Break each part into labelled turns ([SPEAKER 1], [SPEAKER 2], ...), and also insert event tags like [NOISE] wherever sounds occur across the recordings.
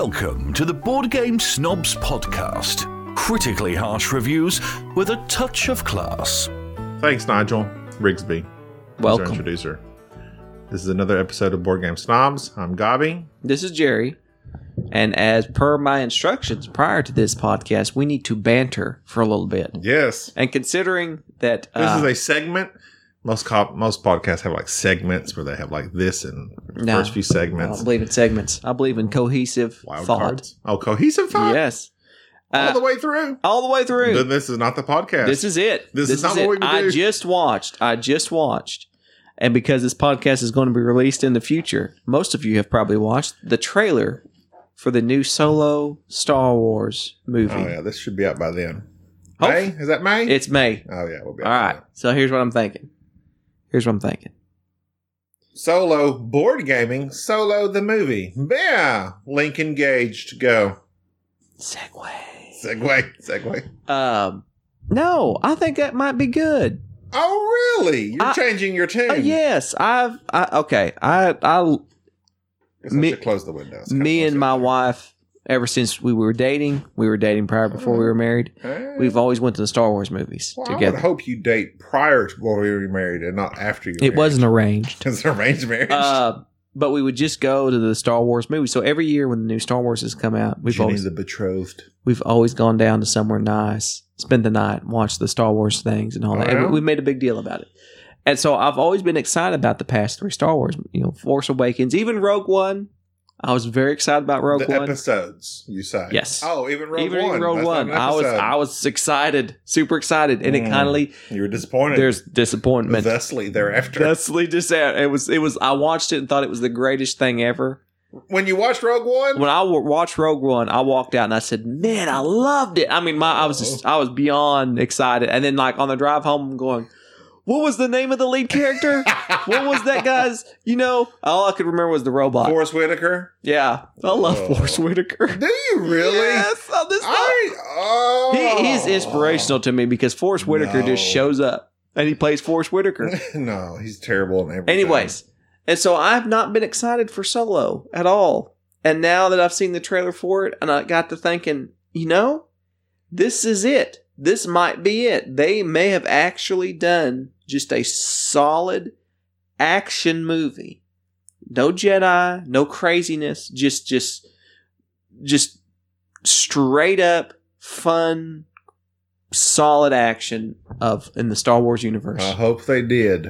[SPEAKER 1] Welcome to the Board Game Snobs podcast. Critically harsh reviews with a touch of class.
[SPEAKER 2] Thanks, Nigel Rigsby. He's our
[SPEAKER 3] Welcome.
[SPEAKER 2] introducer. This is another episode of Board Game Snobs. I'm Gabi.
[SPEAKER 3] This is Jerry. And as per my instructions prior to this podcast, we need to banter for a little bit.
[SPEAKER 2] Yes.
[SPEAKER 3] And considering that
[SPEAKER 2] This
[SPEAKER 3] uh,
[SPEAKER 2] is a segment. Most cop, most podcasts have like segments where they have like this and
[SPEAKER 3] No.
[SPEAKER 2] first few
[SPEAKER 3] I don't
[SPEAKER 2] segments.
[SPEAKER 3] believe in segments, I believe in cohesive
[SPEAKER 2] Wild
[SPEAKER 3] thought.
[SPEAKER 2] cards. Oh, cohesive thought
[SPEAKER 3] Yes. Uh,
[SPEAKER 2] all the way through.
[SPEAKER 3] way through.
[SPEAKER 2] Then this is not the podcast.
[SPEAKER 3] This is it.
[SPEAKER 2] This is not
[SPEAKER 3] it.
[SPEAKER 2] what we
[SPEAKER 3] I
[SPEAKER 2] do.
[SPEAKER 3] just watched. I just watched. And because this podcast is going to be released in the future, most of you have probably watched the trailer for the new solo Star Wars movie.
[SPEAKER 2] oh yeah, this should be out by then.
[SPEAKER 3] Hope-
[SPEAKER 2] May is that May?
[SPEAKER 3] Oh. It's May.
[SPEAKER 2] oh yeah, we'll be.
[SPEAKER 3] All
[SPEAKER 2] out by
[SPEAKER 3] right.
[SPEAKER 2] then.
[SPEAKER 3] So here's what I'm thinking. Here's what I'm thinking.
[SPEAKER 2] Solo board gaming. Solo the movie. Yeah. Link engaged. Go.
[SPEAKER 3] Segway.
[SPEAKER 2] Segway. Segway.
[SPEAKER 3] Um, no, I think that might be good.
[SPEAKER 2] Oh, really? You're
[SPEAKER 3] I-
[SPEAKER 2] changing your tune.
[SPEAKER 3] Uh, yes, I've. I, okay, I. I.
[SPEAKER 2] Guess I
[SPEAKER 3] Me-
[SPEAKER 2] should close the window. It's kinda
[SPEAKER 3] Me and my
[SPEAKER 2] close
[SPEAKER 3] wife. Ever since we were dating, we were dating prior before we were married.
[SPEAKER 2] it. Eh.
[SPEAKER 3] We've always went to the Star Wars movies
[SPEAKER 2] Well, I would
[SPEAKER 3] together.
[SPEAKER 2] hope you date prior to before you were married and not after you.
[SPEAKER 3] It wasn't arranged.
[SPEAKER 2] It's an arranged marriage.
[SPEAKER 3] Uh, but we would just go to the Star Wars movies. So every year when the new Star Wars has come out, we've
[SPEAKER 2] Jenny
[SPEAKER 3] always
[SPEAKER 2] the betrothed.
[SPEAKER 3] we've always gone down to somewhere nice, spend the night, watch the Star Wars things and all that. And
[SPEAKER 2] Well.
[SPEAKER 3] we- we made a big deal about it. And so I've always been excited about the past three Star Wars, you know, Force Awakens, even Rogue One. I was very excited about Rogue
[SPEAKER 2] the
[SPEAKER 3] One.
[SPEAKER 2] episodes, you say.
[SPEAKER 3] Yes.
[SPEAKER 2] Oh, even Rogue
[SPEAKER 3] even
[SPEAKER 2] One.
[SPEAKER 3] Rogue
[SPEAKER 2] That's not
[SPEAKER 3] One,
[SPEAKER 2] an
[SPEAKER 3] I was
[SPEAKER 2] episode.
[SPEAKER 3] I was excited, super excited, and it
[SPEAKER 2] Mm. [LAUGHS]
[SPEAKER 3] kindly
[SPEAKER 2] You were disappointed.
[SPEAKER 3] there's disappointment.
[SPEAKER 2] thusly thereafter.
[SPEAKER 3] Thusly, just out. It was it was. I watched it and thought it was the greatest thing ever.
[SPEAKER 2] when you watched Rogue One,
[SPEAKER 3] When I w- watched Rogue One, I walked out and I said, "Man, I loved it." I mean, my I was just, I was beyond excited. And then like on the drive home, I'm going, "What was the name of the lead character? what was that guy's? You know, all I could remember was the robot.
[SPEAKER 2] Forrest Whitaker.
[SPEAKER 3] yeah, I love
[SPEAKER 2] Oh.
[SPEAKER 3] Force Whitaker.
[SPEAKER 2] Do you [LAUGHS] really?
[SPEAKER 3] Yes, I just love-
[SPEAKER 2] I. Oh.
[SPEAKER 3] he, he's inspirational to me because Forrest Whitaker just
[SPEAKER 2] No.
[SPEAKER 3] shows up and he plays Forrest Whitaker.
[SPEAKER 2] [LAUGHS] no, he's terrible in everything.
[SPEAKER 3] Anyways, and so I've not been excited for Solo at all. And now that I've seen the trailer for it, and I got to thinking, you know, this is it. This might be it. They may have actually done just a solid action movie. No Jedi, no craziness, just just just straight up fun solid action of in the Star Wars universe.
[SPEAKER 2] I hope they did,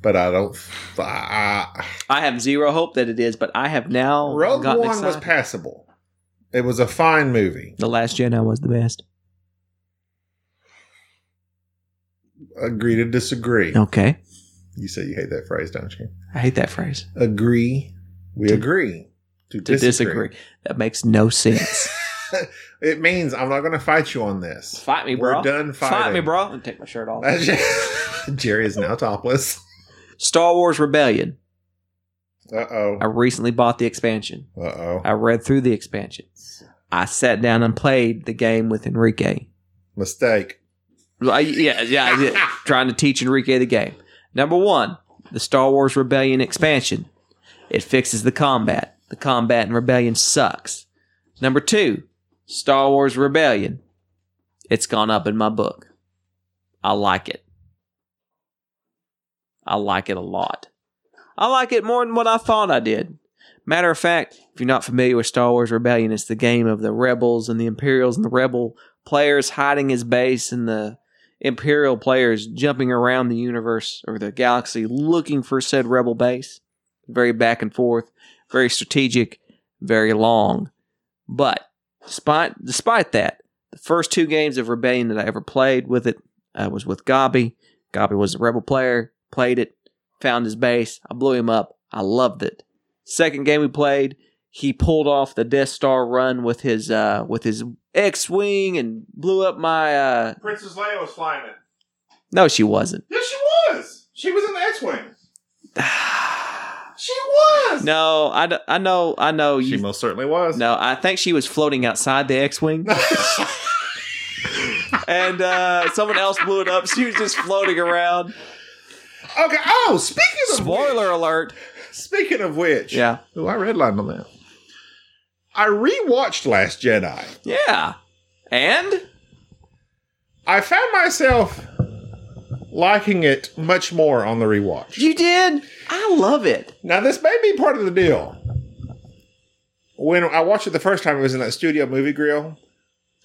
[SPEAKER 2] but I don't. I,
[SPEAKER 3] I have zero hope that it is, but I have now
[SPEAKER 2] Rogue
[SPEAKER 3] gotten
[SPEAKER 2] One
[SPEAKER 3] excited.
[SPEAKER 2] was passable. It was a fine movie.
[SPEAKER 3] the Last Jedi was the best.
[SPEAKER 2] Agree to disagree.
[SPEAKER 3] Okay,
[SPEAKER 2] You say you hate that phrase, don't you?
[SPEAKER 3] I hate that phrase.
[SPEAKER 2] Agree. We
[SPEAKER 3] To-
[SPEAKER 2] agree to,
[SPEAKER 3] To disagree, that makes
[SPEAKER 2] [LAUGHS]
[SPEAKER 3] no sense.
[SPEAKER 2] It means I'm not going to fight you on this.
[SPEAKER 3] Fight me,
[SPEAKER 2] We're
[SPEAKER 3] bro.
[SPEAKER 2] done fighting.
[SPEAKER 3] Fight
[SPEAKER 2] [LAUGHS]
[SPEAKER 3] me, bro. And take my shirt off.
[SPEAKER 2] Jerry is now topless.
[SPEAKER 3] Star Wars Rebellion.
[SPEAKER 2] Uh oh.
[SPEAKER 3] I recently bought the expansion.
[SPEAKER 2] Uh oh.
[SPEAKER 3] I read through the expansion. I sat down and played the game with Enrique.
[SPEAKER 2] Mistake.
[SPEAKER 3] I- yeah, yeah, yeah. Trying to teach Enrique the game. Number one, the Star Wars Rebellion expansion. It fixes the combat. The combat in Rebellion sucks. Number two, Star Wars Rebellion. It's gone up in my book. I like it. I like it a lot. I like it more than what I thought I did. Matter of fact, if you're not familiar with Star Wars Rebellion, it's the game of the rebels and the Imperials and the rebel players hiding his base and the Imperial players jumping around the universe or the galaxy looking for said rebel base. Very back and forth, very strategic, very long. But despite, despite that, the first two games of Rebellion that I ever played with it uh, was with Gabi. Gabi was a rebel player, played it, found his base. I blew him up. I loved it. Second game we played, he pulled off the Death Star run with his uh, with his X-wing and blew up my uh,
[SPEAKER 2] Princess Leia was flying it.
[SPEAKER 3] no, she wasn't.
[SPEAKER 2] Yes, she was. She was in the X-wing. She was.
[SPEAKER 3] [SIGHS] no, I, d- I know, I know
[SPEAKER 2] She
[SPEAKER 3] you.
[SPEAKER 2] most certainly was.
[SPEAKER 3] No, I think she was floating outside the X
[SPEAKER 2] [LAUGHS]
[SPEAKER 3] Wing. [LAUGHS] and uh, someone else blew it up. She was just floating around.
[SPEAKER 2] Okay. Oh, speaking of
[SPEAKER 3] Spoiler
[SPEAKER 2] Which,
[SPEAKER 3] alert.
[SPEAKER 2] speaking of which,
[SPEAKER 3] Yeah.
[SPEAKER 2] Oh, I redlined on that. I rewatched Last Jedi.
[SPEAKER 3] Yeah. And
[SPEAKER 2] I found myself liking it much more on the rewatch.
[SPEAKER 3] you did. I love it.
[SPEAKER 2] Now, this may be part of the deal. When I watched it the first time, it was in that studio movie grill.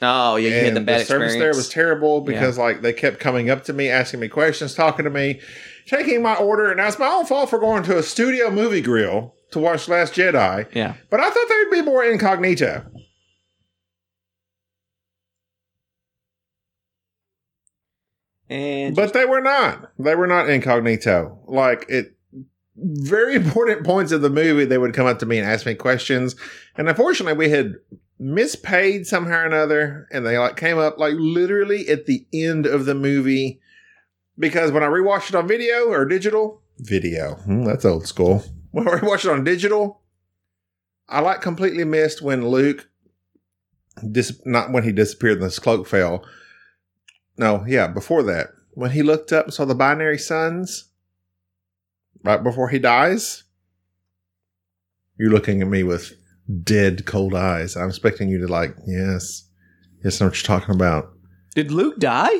[SPEAKER 3] Oh yeah, you had the bad
[SPEAKER 2] service
[SPEAKER 3] experience.
[SPEAKER 2] there was terrible because like they kept coming up to me, asking me questions, talking to me, taking my order, and that's my own fault for going to a studio movie grill to watch Last Jedi.
[SPEAKER 3] yeah.
[SPEAKER 2] But I thought they'd be more incognito.
[SPEAKER 3] And
[SPEAKER 2] But they were not. They were not incognito. Like it very [LAUGHS] important points of the movie they would come up to me and ask me questions. And unfortunately we had mispaid somehow or another and they like came up like literally at the end of the movie because when I rewatched it on video or digital video, hmm, that's old school. [LAUGHS] When I rewatched it on digital, I like completely missed when Luke dis- not when he disappeared and his cloak fell, no, yeah, before that, when he looked up and saw the binary suns, right before he dies, you're looking at me with dead cold eyes. I'm expecting you to like, yes, yes, I know what you're talking about.
[SPEAKER 3] did Luke die?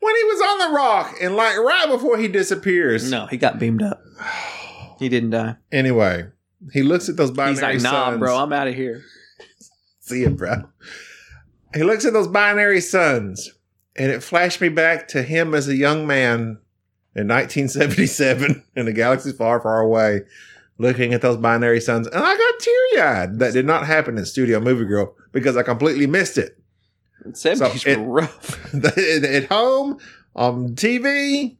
[SPEAKER 2] When he was on the rock and like right before he disappears.
[SPEAKER 3] No, he got
[SPEAKER 2] [SIGHS]
[SPEAKER 3] beamed up. He didn't die.
[SPEAKER 2] Anyway, he looks at those binary
[SPEAKER 3] He's like,
[SPEAKER 2] suns.
[SPEAKER 3] nah, bro, I'm out of here.
[SPEAKER 2] See ya, bro. He looks at those binary suns, and it flashed me back to him as a young man in 1977 [LAUGHS] in a galaxy far, far away, looking at those binary suns. And I got teary eyed. That did not happen in Studio Movie Girl because I completely missed it. [LAUGHS]
[SPEAKER 3] Seventies
[SPEAKER 2] it-
[SPEAKER 3] were rough.
[SPEAKER 2] at at home, on TV,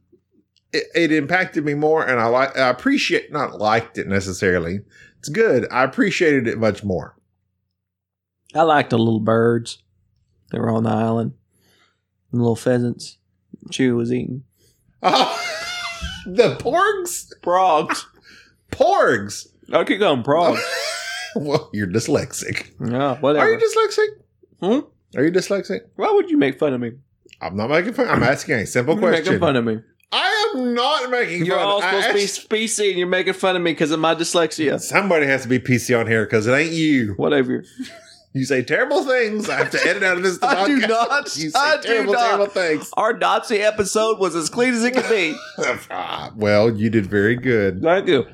[SPEAKER 2] it, it impacted me more, and I like I appreciate not liked it necessarily. It's good. I appreciated it much more. [LAUGHS]
[SPEAKER 3] I liked the little birds that were on the island. The little pheasants. Chew was eating.
[SPEAKER 2] Oh, the porgs?
[SPEAKER 3] Frogs.
[SPEAKER 2] Porgs. [LAUGHS]
[SPEAKER 3] I keep going, frogs.
[SPEAKER 2] well, you're dyslexic.
[SPEAKER 3] yeah, whatever.
[SPEAKER 2] Are you dyslexic?
[SPEAKER 3] Hmm?
[SPEAKER 2] Are you dyslexic?
[SPEAKER 3] Why would you make fun of me?
[SPEAKER 2] I'm not making fun. I'm asking a simple
[SPEAKER 3] You're making
[SPEAKER 2] question.
[SPEAKER 3] fun of me.
[SPEAKER 2] I am not making
[SPEAKER 3] You're
[SPEAKER 2] fun. I
[SPEAKER 3] all supposed to be [LAUGHS]
[SPEAKER 2] asked-
[SPEAKER 3] specie, and you're making fun of me because of my dyslexia.
[SPEAKER 2] Somebody has to be PC on here because it ain't you.
[SPEAKER 3] Whatever.
[SPEAKER 2] You say terrible things. I have to edit out of this.
[SPEAKER 3] [LAUGHS] I do
[SPEAKER 2] podcast.
[SPEAKER 3] not.
[SPEAKER 2] You say
[SPEAKER 3] I do
[SPEAKER 2] terrible,
[SPEAKER 3] not.
[SPEAKER 2] terrible things. [LAUGHS]
[SPEAKER 3] Our Nazi episode was as clean as it could be.
[SPEAKER 2] Ah, well, you did very good.
[SPEAKER 3] [LAUGHS] Thank you.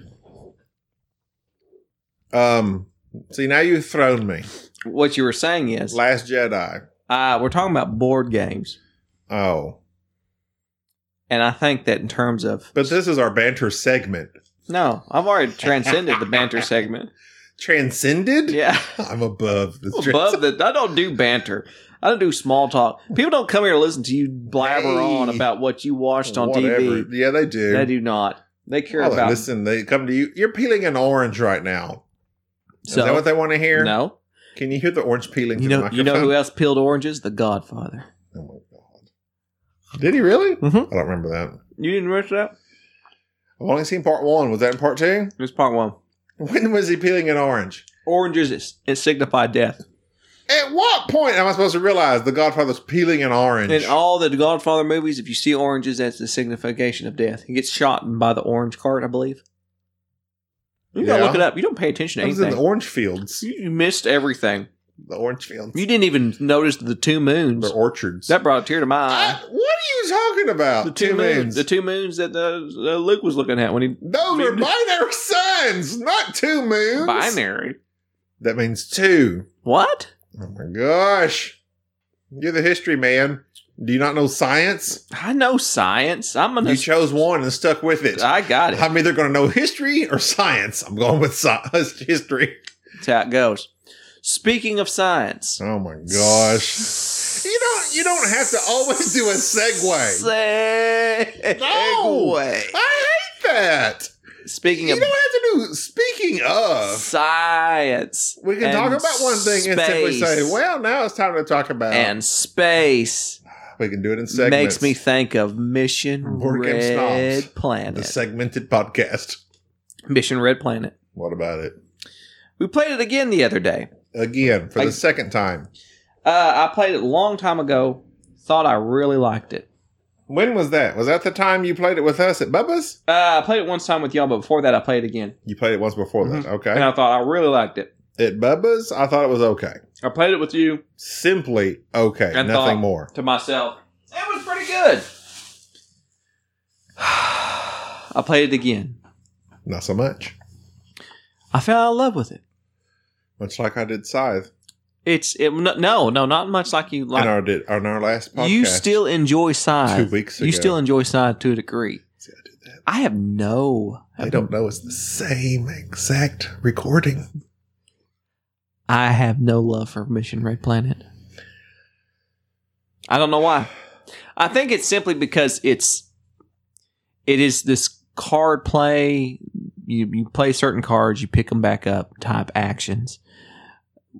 [SPEAKER 2] Um, see, now you've thrown me.
[SPEAKER 3] What you were saying is,
[SPEAKER 2] Last Jedi.
[SPEAKER 3] uh, we're talking about board games,
[SPEAKER 2] Oh,
[SPEAKER 3] and I think that in terms of
[SPEAKER 2] but this is our banter segment.
[SPEAKER 3] no, I've already transcended the banter [LAUGHS] segment.
[SPEAKER 2] Transcended.
[SPEAKER 3] Yeah,
[SPEAKER 2] I'm above. [LAUGHS] the
[SPEAKER 3] I'm above that, I don't do banter. I don't do small talk. People don't come here to listen to you blabber
[SPEAKER 2] Hey,
[SPEAKER 3] on about what you watched on TV.
[SPEAKER 2] Yeah, they do.
[SPEAKER 3] They do not. They care
[SPEAKER 2] Oh, they
[SPEAKER 3] about
[SPEAKER 2] listen, they come to you. You're peeling an orange right now. Is
[SPEAKER 3] so
[SPEAKER 2] that what they want to hear?
[SPEAKER 3] no.
[SPEAKER 2] Can you hear the orange peeling?
[SPEAKER 3] You
[SPEAKER 2] through
[SPEAKER 3] know,
[SPEAKER 2] the
[SPEAKER 3] you know who
[SPEAKER 2] microphone?
[SPEAKER 3] else peeled oranges? The Godfather.
[SPEAKER 2] Oh my god! Did he really?
[SPEAKER 3] Mhm.
[SPEAKER 2] I don't remember that.
[SPEAKER 3] You didn't watch that?
[SPEAKER 2] I've only seen part one. Was that in part two?
[SPEAKER 3] It was part one.
[SPEAKER 2] When was he peeling an orange?
[SPEAKER 3] Oranges it, it signified death,
[SPEAKER 2] At what point am I supposed to realize the Godfather's peeling an orange?
[SPEAKER 3] in all the Godfather movies. If you see oranges, that's the signification of death. He gets shot by the orange cart, I believe. You gotta
[SPEAKER 2] Yeah.
[SPEAKER 3] look it up. You don't pay attention to
[SPEAKER 2] I was in
[SPEAKER 3] anything.
[SPEAKER 2] the orange fields.
[SPEAKER 3] you you missed everything.
[SPEAKER 2] The orange fields.
[SPEAKER 3] You didn't even notice the two moons.
[SPEAKER 2] the orchards.
[SPEAKER 3] That brought a tear to my
[SPEAKER 2] I-
[SPEAKER 3] eye.
[SPEAKER 2] what are you talking about?
[SPEAKER 3] The two, moons. The two moons that uh, uh, Luke was looking at when he
[SPEAKER 2] Those were
[SPEAKER 3] Moon-
[SPEAKER 2] binary suns, not two moons.
[SPEAKER 3] binary.
[SPEAKER 2] That means two.
[SPEAKER 3] What?
[SPEAKER 2] Oh my gosh. You're the history man. Do you not know science?
[SPEAKER 3] I know science. I'm gonna.
[SPEAKER 2] You chose one and stuck with it.
[SPEAKER 3] I Oh, got it.
[SPEAKER 2] I'm either going to know history or science. I'm going with science, [LAUGHS] history.
[SPEAKER 3] That's how it goes. Speaking of science,
[SPEAKER 2] Oh my gosh. You don't you don't have to always do a segue.
[SPEAKER 3] Segway.
[SPEAKER 2] No. I hate that.
[SPEAKER 3] Speaking
[SPEAKER 2] You
[SPEAKER 3] of
[SPEAKER 2] don't have to do speaking of.
[SPEAKER 3] science,
[SPEAKER 2] We can
[SPEAKER 3] and
[SPEAKER 2] talk about one thing and simply
[SPEAKER 3] space.
[SPEAKER 2] say, well, now it's time to talk about
[SPEAKER 3] and space
[SPEAKER 2] we can do it in segments.
[SPEAKER 3] makes me think of Mission
[SPEAKER 2] Board game snobs.
[SPEAKER 3] Red
[SPEAKER 2] the
[SPEAKER 3] Planet.
[SPEAKER 2] segmented podcast.
[SPEAKER 3] Mission Red Planet.
[SPEAKER 2] What about it?
[SPEAKER 3] We played it again the other day.
[SPEAKER 2] Again, for
[SPEAKER 3] I-
[SPEAKER 2] the second time.
[SPEAKER 3] Uh, I played it a long time ago. Thought I really liked it.
[SPEAKER 2] When was that? Was that the time you played it with us at Bubba's?
[SPEAKER 3] Uh, I played it once time with y'all, but before that, I played it again,
[SPEAKER 2] You played it once before that.
[SPEAKER 3] and
[SPEAKER 2] Okay.
[SPEAKER 3] I thought I really liked it.
[SPEAKER 2] at Bubba's, I thought it was okay.
[SPEAKER 3] I played it with you
[SPEAKER 2] Simply okay.
[SPEAKER 3] And
[SPEAKER 2] nothing
[SPEAKER 3] thought-
[SPEAKER 2] more.
[SPEAKER 3] to myself. It was pretty good. [SIGHS] I played it again.
[SPEAKER 2] Not so much.
[SPEAKER 3] I fell in love with it.
[SPEAKER 2] Much like I did Scythe
[SPEAKER 3] It's it, no, no, not much like you
[SPEAKER 2] in
[SPEAKER 3] like.
[SPEAKER 2] our did on our last podcast.
[SPEAKER 3] You still enjoy
[SPEAKER 2] two
[SPEAKER 3] side.
[SPEAKER 2] weeks ago.
[SPEAKER 3] You still enjoy side to a degree.
[SPEAKER 2] See, I did that.
[SPEAKER 3] I have no.
[SPEAKER 2] They don't know it's the same exact recording.
[SPEAKER 3] I have no love for Mission Red Planet. I don't know why. I think it's simply because it's it is this card play. You you play certain cards, you pick them back up type actions,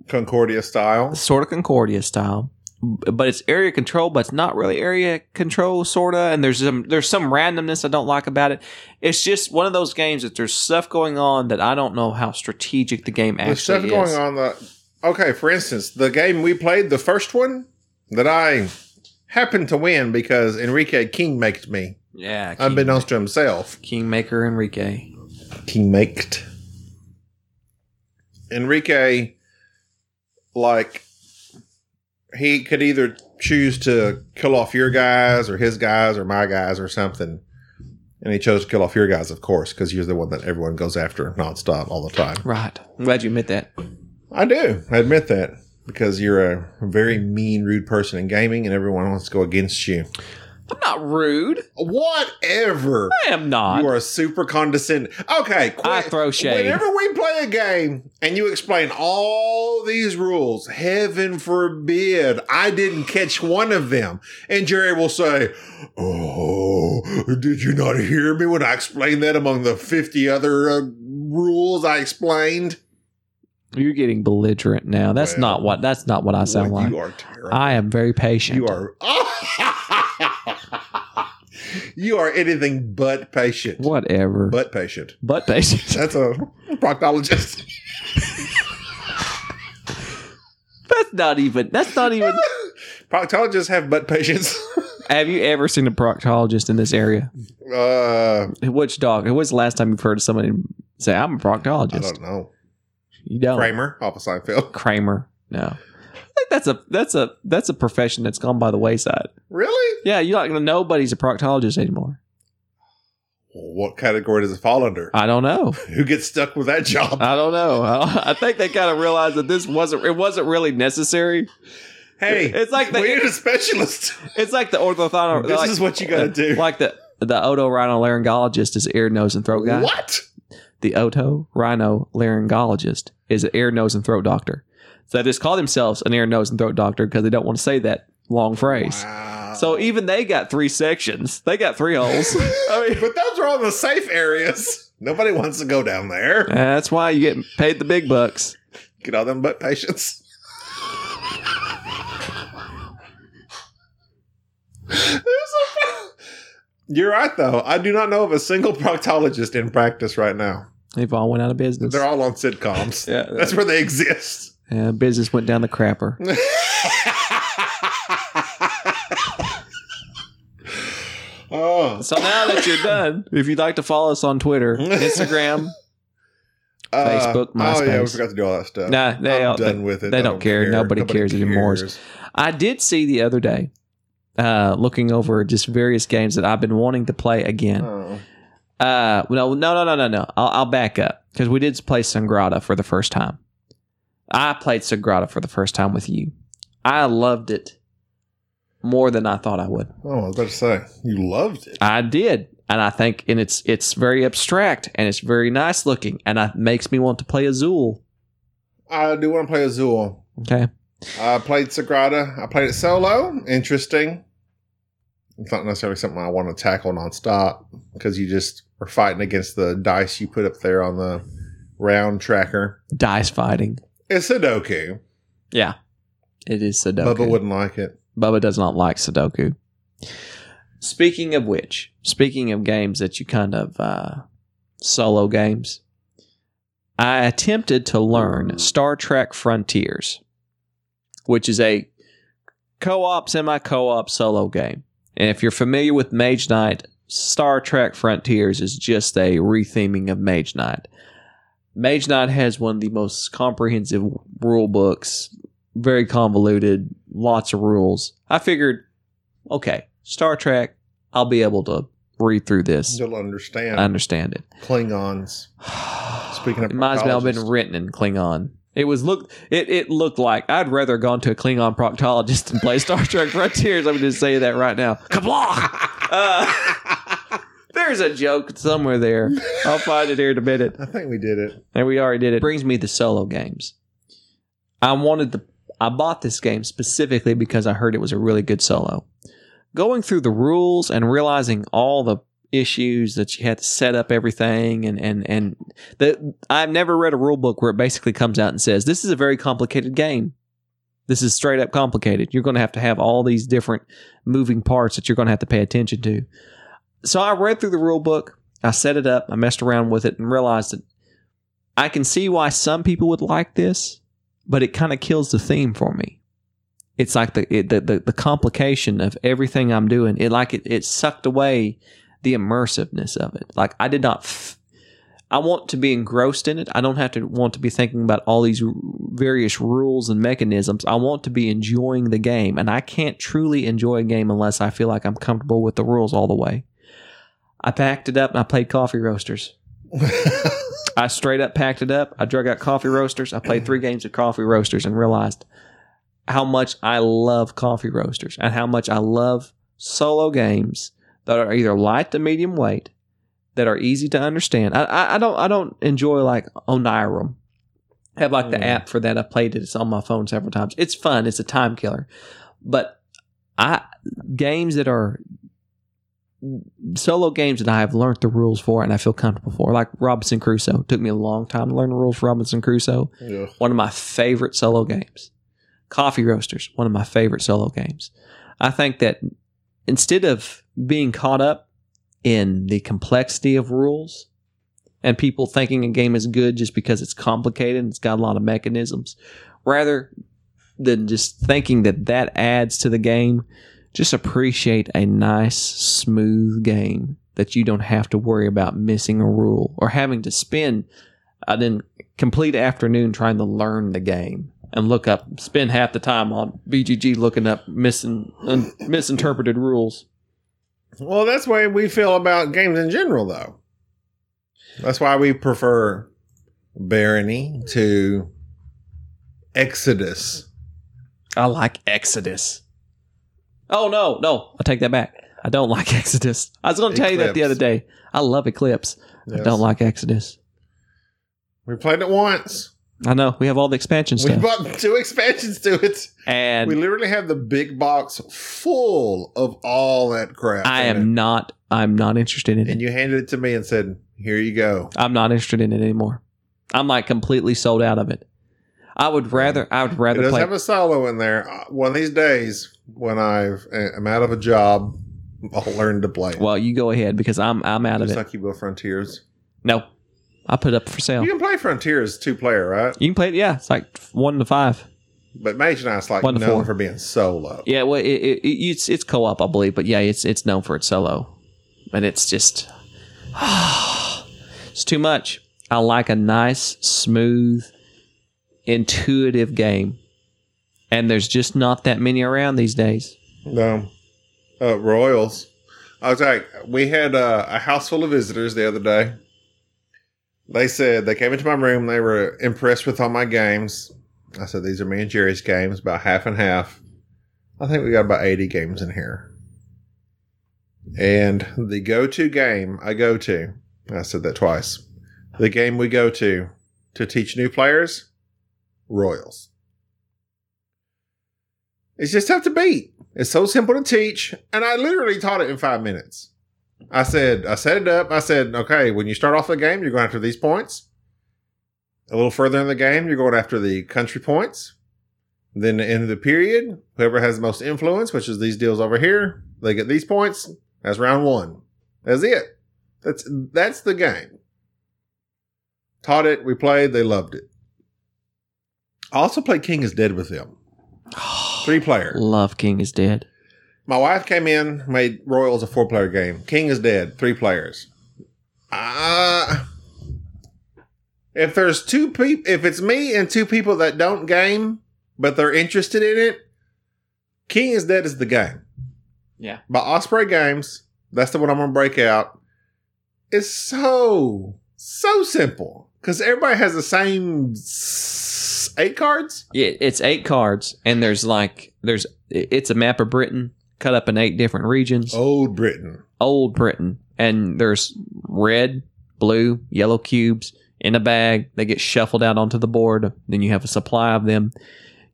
[SPEAKER 2] Concordia style.
[SPEAKER 3] sort of Concordia style, but it's area control, but it's not really area control, sorta. And there's some there's some randomness I don't like about it. It's just one of those games that there's stuff going on that I don't know how strategic the game actually
[SPEAKER 2] There's stuff
[SPEAKER 3] is.
[SPEAKER 2] going on the Okay, for instance, the game we played, the first one, that I happened to win because Enrique King maked me.
[SPEAKER 3] Yeah, King-
[SPEAKER 2] Unbeknownst to himself.
[SPEAKER 3] Kingmaker Enrique.
[SPEAKER 2] King maked. Enrique like he could either choose to kill off your guys or his guys or my guys or something. And he chose to kill off your guys, of course, because you're the one that everyone goes after nonstop all the time.
[SPEAKER 3] Right. I'm glad you admit that.
[SPEAKER 2] I do. I admit that because you're a very mean, rude person in gaming, and everyone wants to go against you.
[SPEAKER 3] I'm not rude.
[SPEAKER 2] Whatever.
[SPEAKER 3] I am not.
[SPEAKER 2] You are super condescending. Okay, quit.
[SPEAKER 3] I throw shade.
[SPEAKER 2] Whenever we play a game and you explain all these rules, heaven forbid I didn't catch one of them. And Jerry will say, "Oh, did you not hear me when I explained that among the fifty other uh, rules I explained?"
[SPEAKER 3] You're getting belligerent now. That's
[SPEAKER 2] Well,
[SPEAKER 3] not what. That's not what I sound
[SPEAKER 2] Boy,
[SPEAKER 3] like.
[SPEAKER 2] you are terrible.
[SPEAKER 3] I am very patient.
[SPEAKER 2] You are. [LAUGHS] you are anything but patient.
[SPEAKER 3] Whatever. But,
[SPEAKER 2] But patient.
[SPEAKER 3] patient. [LAUGHS]
[SPEAKER 2] That's a proctologist.
[SPEAKER 3] that's not even. That's not even.
[SPEAKER 2] Proctologists have butt patients. [LAUGHS]
[SPEAKER 3] have you ever seen a proctologist in this area?
[SPEAKER 2] uh,
[SPEAKER 3] Which dog? When's the last time you've heard somebody say, "I'm a
[SPEAKER 2] I
[SPEAKER 3] proctologist"?
[SPEAKER 2] don't know.
[SPEAKER 3] you don't.
[SPEAKER 2] Kramer off of Seinfeld. [LAUGHS]
[SPEAKER 3] Kramer. No. I think that's a that's a that's a profession that's gone by the wayside.
[SPEAKER 2] Really?
[SPEAKER 3] Yeah, you're not gonna nobody's a proctologist anymore.
[SPEAKER 2] What category does it fall under?
[SPEAKER 3] I don't know.
[SPEAKER 2] Who gets stuck with that job?
[SPEAKER 3] I don't know. [LAUGHS] I, I think they kind of realized that this wasn't it wasn't really necessary.
[SPEAKER 2] hey,
[SPEAKER 3] It's like
[SPEAKER 2] we need
[SPEAKER 3] [LAUGHS] the
[SPEAKER 2] a specialist.
[SPEAKER 3] it's like the orthodontist.
[SPEAKER 2] this
[SPEAKER 3] like, uh,
[SPEAKER 2] is what you gotta do.
[SPEAKER 3] Like the the otorhinolaryngologist is ear, nose, and throat guy.
[SPEAKER 2] what?
[SPEAKER 3] The otorhinolaryngologist is an ear, nose, and throat doctor. So they just call themselves an ear, nose, and throat doctor because they don't want to say that long phrase.
[SPEAKER 2] Wow.
[SPEAKER 3] So e- even they got three sections. They got three holes.
[SPEAKER 2] [LAUGHS]
[SPEAKER 3] I mean,
[SPEAKER 2] but those are all the safe areas. Nobody wants to go down there.
[SPEAKER 3] that's why you get paid the big bucks.
[SPEAKER 2] Get all them butt patients. [LAUGHS] There's a- You're right, though. I do not know of a single proctologist in practice right now.
[SPEAKER 3] They've all went out of business.
[SPEAKER 2] They're all on sitcoms.
[SPEAKER 3] Yeah.
[SPEAKER 2] That's where they
[SPEAKER 3] [LAUGHS]
[SPEAKER 2] exist.
[SPEAKER 3] Yeah, business went down the crapper.
[SPEAKER 2] oh,
[SPEAKER 3] So now that you're done,
[SPEAKER 2] [LAUGHS]
[SPEAKER 3] if you'd like to follow us on Twitter, Instagram,
[SPEAKER 2] uh,
[SPEAKER 3] Facebook,
[SPEAKER 2] Oh, yeah, we
[SPEAKER 3] MySpace.
[SPEAKER 2] forgot to do all that stuff.
[SPEAKER 3] nah, they
[SPEAKER 2] I'm
[SPEAKER 3] all,
[SPEAKER 2] done
[SPEAKER 3] they-
[SPEAKER 2] with it.
[SPEAKER 3] They
[SPEAKER 2] I
[SPEAKER 3] don't, care. Nobody, cares, anymore.
[SPEAKER 2] cares.
[SPEAKER 3] I did see the other day, uh, looking over just various games that I've been wanting to play again.
[SPEAKER 2] Oh.
[SPEAKER 3] Uh, no, no, no, no, no, no. I'll, I'll back up because we did play Sangrata for the first time. I played Sangrata for the first time with you. I loved it more than I thought I would.
[SPEAKER 2] oh, I was about to say, you loved it.
[SPEAKER 3] I did, and I think, and it's it's very abstract and it's very nice looking, and it makes me want to play Azul.
[SPEAKER 2] I do want to play Azul.
[SPEAKER 3] Okay,
[SPEAKER 2] I played Sagrada. I played it solo. Interesting. It's not necessarily something I want to tackle nonstop because you just are fighting against the dice you put up there on the round tracker.
[SPEAKER 3] dice fighting.
[SPEAKER 2] It's Sudoku.
[SPEAKER 3] Yeah, it is Sudoku.
[SPEAKER 2] Bubba wouldn't like it.
[SPEAKER 3] Bubba does not like Sudoku. Speaking of which, speaking of games that you kind of uh, solo games, I attempted to learn Star Trek Frontiers, which is a co op, semi co op solo game. And if you're familiar with Mage Knight, Star Trek Frontiers is just a retheming of Mage Knight. Mage Knight has one of the most comprehensive rule books, very convoluted, lots of rules. I figured, okay, Star Trek, I'll be able to read through this.
[SPEAKER 2] You'll understand.
[SPEAKER 3] I understand it.
[SPEAKER 2] Klingons. Speaking of
[SPEAKER 3] it might as well have been
[SPEAKER 2] proctologist.
[SPEAKER 3] written in Klingon. It was look. It, it looked like I'd rather gone to a Klingon proctologist and play Star Trek [LAUGHS] Frontiers. I'm going to say that right now. Kablah! Uh, there's a joke somewhere there. I'll find it here in a minute.
[SPEAKER 2] I think we did it. [LAUGHS]
[SPEAKER 3] And we already did it. Brings me the solo games. I wanted the. I bought this game specifically because I heard it was a really good solo. Going through the rules and realizing all the issues that you had to set up everything and and and the I've never read a rule book where it basically comes out and says this is a very complicated game. This is straight up complicated. You're going to have to have all these different moving parts that you're going to have to pay attention to. So I read through the rule book. I set it up. I messed around with it and realized that I can see why some people would like this, but it kind of kills the theme for me. It's like the, it, the the the complication of everything I'm doing. It like it, it sucked away the immersiveness of it. Like I did not. F- I want to be engrossed in it. I don't have to want to be thinking about all these r- various rules and mechanisms. I want to be enjoying the game, and I can't truly enjoy a game unless I feel like I'm comfortable with the rules all the way. I packed it up and I played coffee roasters. I straight up packed it up. I drug out coffee roasters. I played three games of coffee roasters and realized how much I love coffee roasters and how much I love solo games that are either light to medium weight, that are easy to understand. I, I, I don't I don't enjoy like Onirum. I have like the
[SPEAKER 2] Mm.
[SPEAKER 3] app for that. I played it. It's on my phone several times. It's fun. It's a time killer, but I games that are solo games that I have learned the rules for and I feel comfortable for, like Robinson Crusoe. It took me a long time to learn the rules for Robinson Crusoe.
[SPEAKER 2] Ugh.
[SPEAKER 3] One of my favorite solo games. Coffee Roasters, one of my favorite solo games. I think that instead of being caught up in the complexity of rules and people thinking a game is good just because it's complicated and it's got a lot of mechanisms, rather than just thinking that that adds to the game, just appreciate a nice, smooth game that you don't have to worry about missing a rule or having to spend an in- complete afternoon trying to learn the game and look up, spend half the time on BGG looking up missing un- misinterpreted rules.
[SPEAKER 2] Well, that's the way we feel about games in general, though. That's why we prefer Barony to Exodus.
[SPEAKER 3] I like Exodus. Oh no, no, I take that back. I don't like Exodus. I was going to tell you that the
[SPEAKER 2] Eclipse.
[SPEAKER 3] other day. I love Eclipse. I don't like Exodus.
[SPEAKER 2] We played it once.
[SPEAKER 3] I know we have all the expansion
[SPEAKER 2] We
[SPEAKER 3] stuff,
[SPEAKER 2] bought two expansions to it.
[SPEAKER 3] and
[SPEAKER 2] we literally have the big box full of all that crap.
[SPEAKER 3] I
[SPEAKER 2] in
[SPEAKER 3] am not. I'm not interested in
[SPEAKER 2] it.
[SPEAKER 3] it.
[SPEAKER 2] And you handed it to me and said, "Here you go."
[SPEAKER 3] I'm not interested in it anymore. I'm like completely sold out of it. I would rather. I would
[SPEAKER 2] It
[SPEAKER 3] rather
[SPEAKER 2] does
[SPEAKER 3] play.
[SPEAKER 2] have a solo in there. Uh, One of these days, when I've, I'm out of a job, I'll learn to play.
[SPEAKER 3] well, you go ahead because I'm. I'm out of
[SPEAKER 2] Just
[SPEAKER 3] it.
[SPEAKER 2] like you built Frontiers.
[SPEAKER 3] no, I put it up for sale.
[SPEAKER 2] You can play Frontiers two player, right?
[SPEAKER 3] You can play it. Yeah, it's like one to five.
[SPEAKER 2] But Mage Knight's like
[SPEAKER 3] One to
[SPEAKER 2] known
[SPEAKER 3] four.
[SPEAKER 2] for being solo.
[SPEAKER 3] Yeah, well, it, it, it, it's it's co-op, I believe, but yeah, it's it's known for its solo, and it's just [SIGHS] it's too much. I like a nice, smooth, intuitive game, and there's just not that many around these days.
[SPEAKER 2] No. Uh, Royals. I was like, we had uh, a house full of visitors the other day. They said they came into my room. They were impressed with all my games. I said, these are me and Jerry's games, about half and half. I think we got about 80 games in here. And the go to game I go to, I said that twice. The game we go to to teach new players, Royals. It's just tough to beat. It's so simple to teach, and I literally taught it in five minutes. I said, I set it up. I said, okay, when you start off the game, you're going after these points. A little further in the game, you're going after the country points. Then the end of the period, whoever has the most influence, which is these deals over here, they get these points. That's round one. That's it. That's that's the game. Taught it, we played, they loved it. I also played King is Dead with them. Three player.
[SPEAKER 3] Love King is dead.
[SPEAKER 2] My wife came in, made Royals a four player game. King is dead, three players. Uh, If there's two people, if it's me and two people that don't game, but they're interested in it, King is Dead is the game.
[SPEAKER 3] Yeah.
[SPEAKER 2] By Osprey Games, that's the one I'm going to break out. It's so, so simple because everybody has the same s- eight cards.
[SPEAKER 3] Yeah, it's eight cards, and there's like there's it's a map of Britain cut up in eight different regions.
[SPEAKER 2] Old Britain.
[SPEAKER 3] Old Britain, and there's red, blue, yellow cubes in a bag. They get shuffled out onto the board. Then you have a supply of them.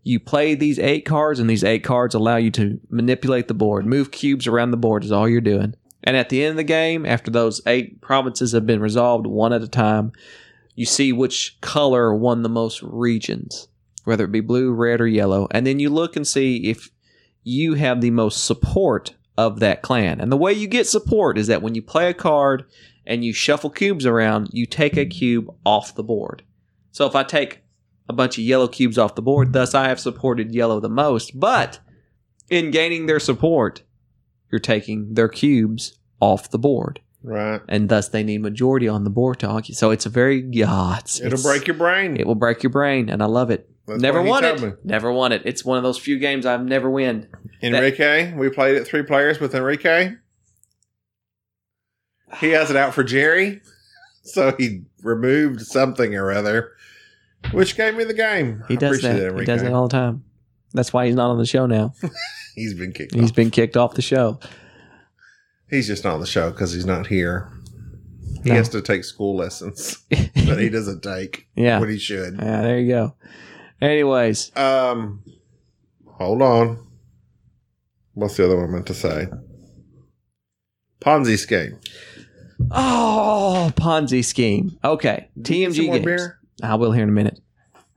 [SPEAKER 3] You play these eight cards, and these eight cards allow you to manipulate the board, move cubes around the board. Is all you're doing. And at the end of the game, after those eight provinces have been resolved one at a time, you see which color won the most regions, whether it be blue, red, or yellow. And then you look and see if you have the most support of that clan. And the way you get support is that when you play a card and you shuffle cubes around, you take a cube off the board. So if I take a bunch of yellow cubes off the board, thus I have supported yellow the most. But in gaining their support, you're taking their cubes off the board
[SPEAKER 2] Right.
[SPEAKER 3] and thus they need majority on the board to argue. So it's a very yeah, it's,
[SPEAKER 2] It'll break your brain.
[SPEAKER 3] It will break your brain, and I love it.
[SPEAKER 2] That's
[SPEAKER 3] never
[SPEAKER 2] what he
[SPEAKER 3] won it.
[SPEAKER 2] told me.
[SPEAKER 3] Never won it. It's one of those few games I've never win.
[SPEAKER 2] Enrique, we played it three players with Enrique. He has it out for Jerry, [LAUGHS] so he removed something or other, which gave me the game.
[SPEAKER 3] He
[SPEAKER 2] I
[SPEAKER 3] does
[SPEAKER 2] appreciate
[SPEAKER 3] that. He does that all the time. That's why he's not on the
[SPEAKER 2] [LAUGHS]
[SPEAKER 3] show now.
[SPEAKER 2] He's been kicked.
[SPEAKER 3] He's
[SPEAKER 2] off.
[SPEAKER 3] been kicked off the show.
[SPEAKER 2] He's just not on the show because he's not here. He
[SPEAKER 3] No.
[SPEAKER 2] has to take school lessons [LAUGHS] that he doesn't take
[SPEAKER 3] [LAUGHS] yeah.
[SPEAKER 2] when he should.
[SPEAKER 3] Yeah, there you go. Anyways,
[SPEAKER 2] Um, hold on. What's the other one I meant to say? Ponzi scheme.
[SPEAKER 3] oh, Ponzi scheme. Okay, TMG
[SPEAKER 2] Some more
[SPEAKER 3] games. I will here in a minute.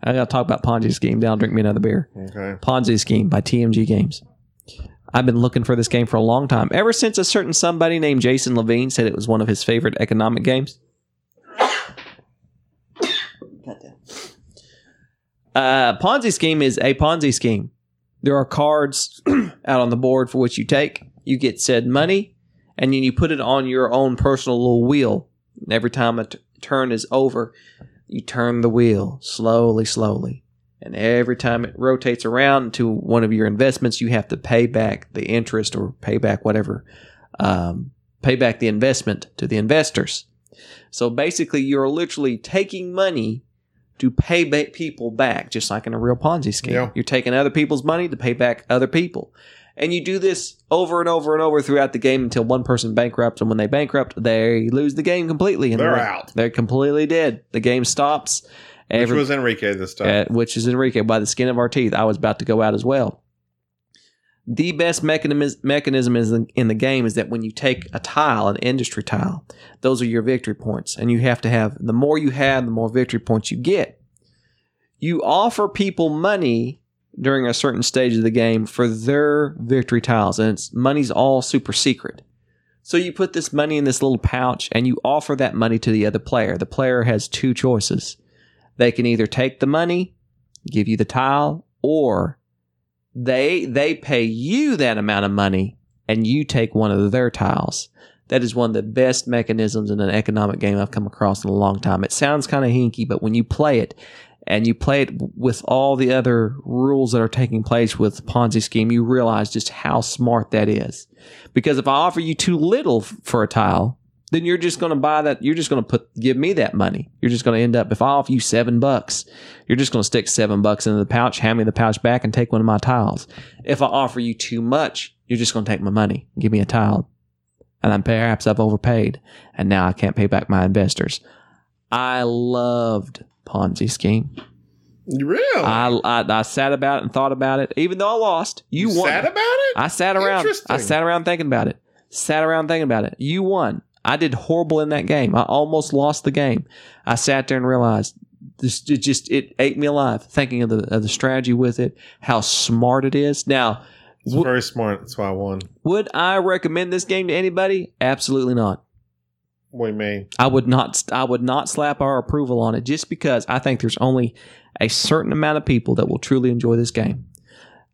[SPEAKER 3] I gotta talk about Ponzi scheme. Now drink me another beer.
[SPEAKER 2] Okay.
[SPEAKER 3] Ponzi Scheme by TMG Games. I've been looking for this game for a long time, ever since a certain somebody named Jason Levine said it was one of his favorite economic games. Uh, Ponzi Scheme is a Ponzi scheme. There are cards out on the board for which you take. You get said money, and then you put it on your own personal little wheel. And every time a t- turn is over, you turn the wheel slowly, slowly. And every time it rotates around to one of your investments, you have to pay back the interest or pay back whatever, um, pay back the investment to the investors. So basically, you're literally taking money to pay ba- people back, just like in a real Ponzi scheme.
[SPEAKER 2] Yeah.
[SPEAKER 3] You're taking other people's money to pay back other people. And you do this over and over and over throughout the game until one person bankrupts. And when they bankrupt, they lose the game completely. And
[SPEAKER 2] They're
[SPEAKER 3] like-
[SPEAKER 2] out.
[SPEAKER 3] They're completely dead. The game stops.
[SPEAKER 2] Which
[SPEAKER 3] Every-
[SPEAKER 2] was Enrique this time.
[SPEAKER 3] uh, which is Enrique, by the skin of our teeth. I was about to go out as well. The best mechanism mechanism is in, in the game is that when you take a tile, an industry tile, those are your victory points, and you have to have the more you have, the more victory points you get. You offer people money during a certain stage of the game for their victory tiles, and it's money's all super secret. So you put this money in this little pouch, and you offer that money to the other player. The player has two choices they can either take the money, give you the tile, or they they pay you that amount of money and you take one of their tiles. That is one of the best mechanisms in an economic game I've come across in a long time. It sounds kind of hinky, but when you play it and you play it with all the other rules that are taking place with Ponzi scheme, you realize just how smart that is. Because if I offer you too little f- for a tile, then you're just going to buy that. You're just going to put give me that money. You're just going to end up if I offer you seven bucks, you're just going to stick seven bucks into the pouch, hand me the pouch back, and take one of my tiles. If I offer you too much, you're just going to take my money, give me a tile, and I'm perhaps I've overpaid, and now I can't pay back my investors. I loved Ponzi scheme.
[SPEAKER 2] Really?
[SPEAKER 3] I, I I sat about it and thought about it, even though I lost. You, won.
[SPEAKER 2] sad about it?
[SPEAKER 3] I sat around. I
[SPEAKER 2] Interesting.
[SPEAKER 3] sat around thinking about it. Sat around thinking about it. You won. I did horrible in that game. I almost lost the game. I sat there and realized this it just it ate me alive thinking of the of the strategy with it, how smart it is. Now,
[SPEAKER 2] It's
[SPEAKER 3] Wh-
[SPEAKER 2] very smart. That's why I won.
[SPEAKER 3] would I recommend this game to anybody? Absolutely not.
[SPEAKER 2] What do you mean?
[SPEAKER 3] I would not I would not slap our approval on it just because I think there's only a certain amount of people that will truly enjoy this game.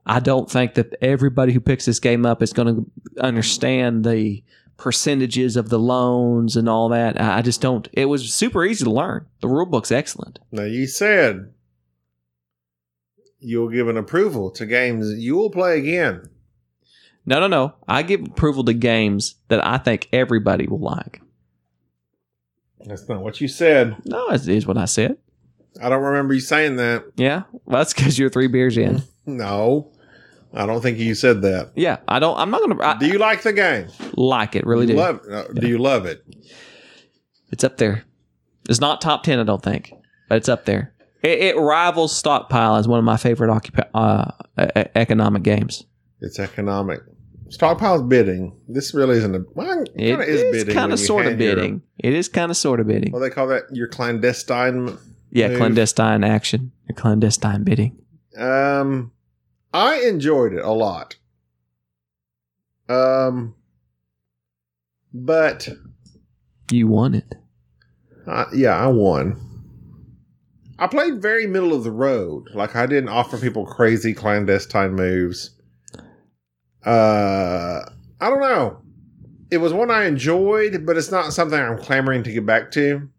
[SPEAKER 3] I don't think that everybody who picks this game up is going to understand the percentages of the loans and all that. I I just don't. It was super easy to learn. The rule book's excellent.
[SPEAKER 2] Now you said you'll give an approval to games you will play again.
[SPEAKER 3] No, no, no. I give approval to games that I think everybody will like.
[SPEAKER 2] That's not what you said.
[SPEAKER 3] No, it is what I said.
[SPEAKER 2] I don't remember you saying that.
[SPEAKER 3] Yeah, well, that's because you're three beers in.
[SPEAKER 2] No, I don't think you said that.
[SPEAKER 3] yeah, I don't. I'm not gonna. I
[SPEAKER 2] Do you like the game?
[SPEAKER 3] like it. Really do.
[SPEAKER 2] Love, uh, Do you love it?
[SPEAKER 3] It's up there. It's not top ten, I don't think, but it's up there. It, it rivals Stockpile as one of my favorite occupa- uh, e- e- economic games.
[SPEAKER 2] It's economic. Stockpile's bidding. This really isn't a. Well, it
[SPEAKER 3] It
[SPEAKER 2] kind of is bidding.
[SPEAKER 3] kind
[SPEAKER 2] when
[SPEAKER 3] of
[SPEAKER 2] you
[SPEAKER 3] sort of
[SPEAKER 2] hand your-
[SPEAKER 3] bidding. it is kind of sort of bidding.
[SPEAKER 2] What do they call that? Your clandestine.
[SPEAKER 3] yeah,
[SPEAKER 2] move.
[SPEAKER 3] clandestine action, clandestine bidding.
[SPEAKER 2] Um, I enjoyed it a lot. Um, but
[SPEAKER 3] You won it.
[SPEAKER 2] Uh, yeah, I won. I played very middle of the road. Like I didn't offer people crazy clandestine moves. Uh, I don't know. It was one I enjoyed, but it's not something I'm clamoring to get back to.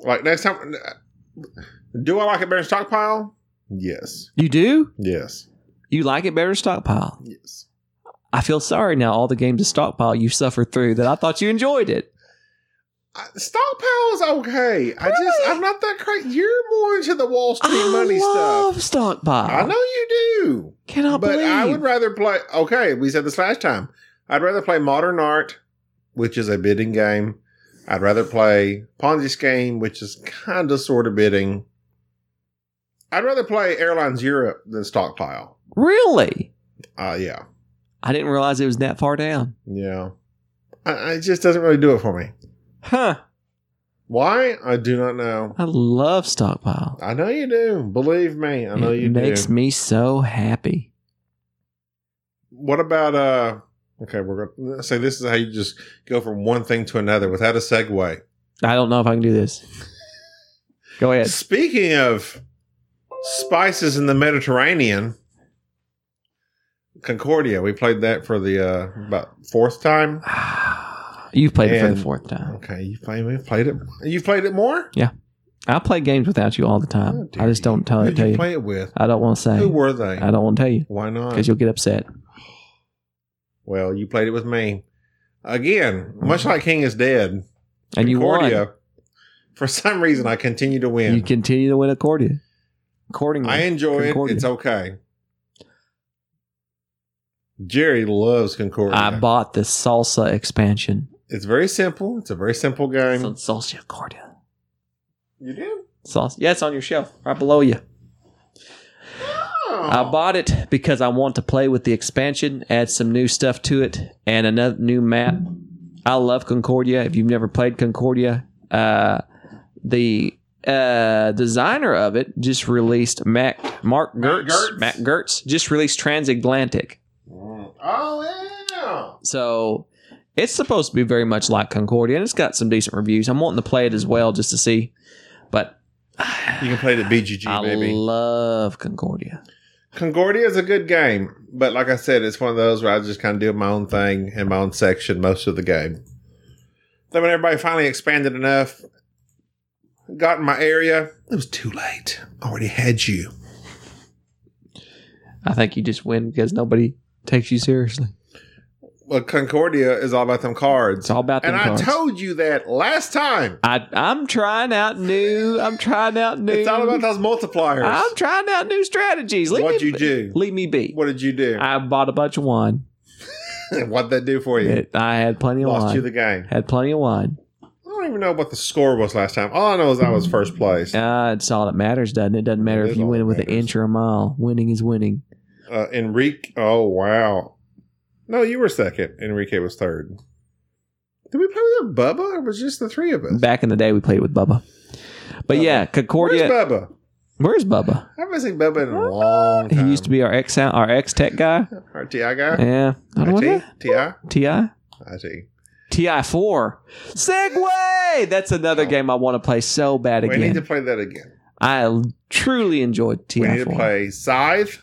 [SPEAKER 2] Like next time, uh, do I like it better than stockpile? Yes,
[SPEAKER 3] You do.
[SPEAKER 2] yes,
[SPEAKER 3] You like it better than Stockpile.
[SPEAKER 2] yes.
[SPEAKER 3] I feel sorry now. All the games of Stockpile you suffered through that I thought you enjoyed it.
[SPEAKER 2] I- Stockpile is okay. I just I'm not that crazy. You're more into the Wall Street
[SPEAKER 3] I
[SPEAKER 2] money
[SPEAKER 3] love
[SPEAKER 2] stuff.
[SPEAKER 3] Stockpile.
[SPEAKER 2] I know you do.
[SPEAKER 3] Cannot
[SPEAKER 2] but
[SPEAKER 3] believe.
[SPEAKER 2] I would rather play. Okay, we said this last time. I'd rather play Modern Art, which is a bidding game. I'd rather play Ponzi Scheme, which is kind of sort of bidding. I'd rather play Airlines Europe than Stockpile.
[SPEAKER 3] really.
[SPEAKER 2] Uh, yeah,
[SPEAKER 3] I didn't realize it was that far down.
[SPEAKER 2] yeah. I, it just doesn't really do it for me.
[SPEAKER 3] Huh.
[SPEAKER 2] Why? I do not know.
[SPEAKER 3] I love stockpile.
[SPEAKER 2] I know you do. Believe me, I know
[SPEAKER 3] it
[SPEAKER 2] you
[SPEAKER 3] makes
[SPEAKER 2] do.
[SPEAKER 3] me so happy.
[SPEAKER 2] What about uh? Okay, we're gonna say this is how you just go from one thing to another without a segue.
[SPEAKER 3] I don't know if I can do this. Go ahead. [SIGHS]
[SPEAKER 2] Speaking of spices in the Mediterranean, Concordia, we played that for the uh, about fourth time.
[SPEAKER 3] You've played it for
[SPEAKER 2] And-
[SPEAKER 3] the fourth time.
[SPEAKER 2] Okay, you played me played it. You played it more.
[SPEAKER 3] I play games without you all the time. I just don't tell,
[SPEAKER 2] Who
[SPEAKER 3] tell
[SPEAKER 2] did Oh, you
[SPEAKER 3] you.
[SPEAKER 2] play it with?
[SPEAKER 3] I don't want to say.
[SPEAKER 2] Who were they?
[SPEAKER 3] I don't want to tell you
[SPEAKER 2] Why not?
[SPEAKER 3] because you'll get upset.
[SPEAKER 2] Well, you played it with me again. Much like King is dead,
[SPEAKER 3] And you won.
[SPEAKER 2] For some reason, I continue to win.
[SPEAKER 3] You continue to win Accordia. Accordingly.
[SPEAKER 2] I enjoy
[SPEAKER 3] Concordia.
[SPEAKER 2] it. It's okay. Jerry loves Concordia.
[SPEAKER 3] I bought the salsa expansion.
[SPEAKER 2] It's very simple. It's a very simple game.
[SPEAKER 3] Sal- salsa Accordia.
[SPEAKER 2] you did?
[SPEAKER 3] Salsa. Yeah, it's on your shelf right below you.
[SPEAKER 2] Oh.
[SPEAKER 3] I bought it because I want to play with the expansion, add some new stuff to it, and another new map. I love Concordia. If you've never played Concordia, uh, the uh, designer of it just released Mac, Mark
[SPEAKER 2] Matt
[SPEAKER 3] Gertz,
[SPEAKER 2] Gertz.
[SPEAKER 3] Matt Gertz just released Transatlantic.
[SPEAKER 2] Mm. Oh
[SPEAKER 3] So it's supposed to be very much like Concordia, and it's got some decent reviews. I'm wanting to play it as well just to see, but
[SPEAKER 2] yeah! You can play it at BGG,
[SPEAKER 3] I
[SPEAKER 2] baby.
[SPEAKER 3] love Concordia.
[SPEAKER 2] Concordia is a good game, but like I said, it's one of those where I just kind of do my own thing in my own section most of the game. Then when everybody finally expanded enough, got in my area, it was too late. I already had you.
[SPEAKER 3] I think you just win because nobody takes you seriously.
[SPEAKER 2] Well, Concordia is all about them cards.
[SPEAKER 3] It's all about them
[SPEAKER 2] and
[SPEAKER 3] cards.
[SPEAKER 2] I told you that last time.
[SPEAKER 3] I, I'm trying out new. I'm trying out new.
[SPEAKER 2] It's all about those multipliers.
[SPEAKER 3] I'm trying out new strategies. Leave
[SPEAKER 2] What'd
[SPEAKER 3] me,
[SPEAKER 2] you do?
[SPEAKER 3] Leave me be.
[SPEAKER 2] what did you do?
[SPEAKER 3] I bought a bunch of wine.
[SPEAKER 2] [LAUGHS] What'd that do for you?
[SPEAKER 3] It, I had plenty of
[SPEAKER 2] Lost
[SPEAKER 3] wine.
[SPEAKER 2] you the game.
[SPEAKER 3] had plenty of wine.
[SPEAKER 2] I don't even know what the score was last time. All I know is I was first place.
[SPEAKER 3] Uh, it's all that matters, doesn't it? It doesn't matter
[SPEAKER 2] It
[SPEAKER 3] if
[SPEAKER 2] is
[SPEAKER 3] you
[SPEAKER 2] all
[SPEAKER 3] win
[SPEAKER 2] that
[SPEAKER 3] with an
[SPEAKER 2] matters.
[SPEAKER 3] inch or a mile. Winning is winning.
[SPEAKER 2] Uh, Enrique. Oh wow. No, you were second. Enrique was third. Did we play with Bubba? Or was it just the three of us?
[SPEAKER 3] Back in the day, we played with Bubba. But
[SPEAKER 2] Bubba.
[SPEAKER 3] yeah,
[SPEAKER 2] Where's
[SPEAKER 3] Concordia.
[SPEAKER 2] Bubba?
[SPEAKER 3] Where's Bubba?
[SPEAKER 2] I haven't seen Bubba in a long
[SPEAKER 3] He
[SPEAKER 2] time.
[SPEAKER 3] used to be our ex our ex tech guy.
[SPEAKER 2] our Ti guy.
[SPEAKER 3] Yeah, I don't know.
[SPEAKER 2] It Ti.
[SPEAKER 3] Ti.
[SPEAKER 2] It.
[SPEAKER 3] TI4. Segway! That's another game I want to play so bad
[SPEAKER 2] We need to
[SPEAKER 3] again.
[SPEAKER 2] play that again.
[SPEAKER 3] I truly enjoyed
[SPEAKER 2] We need to
[SPEAKER 3] TI4.
[SPEAKER 2] play Scythe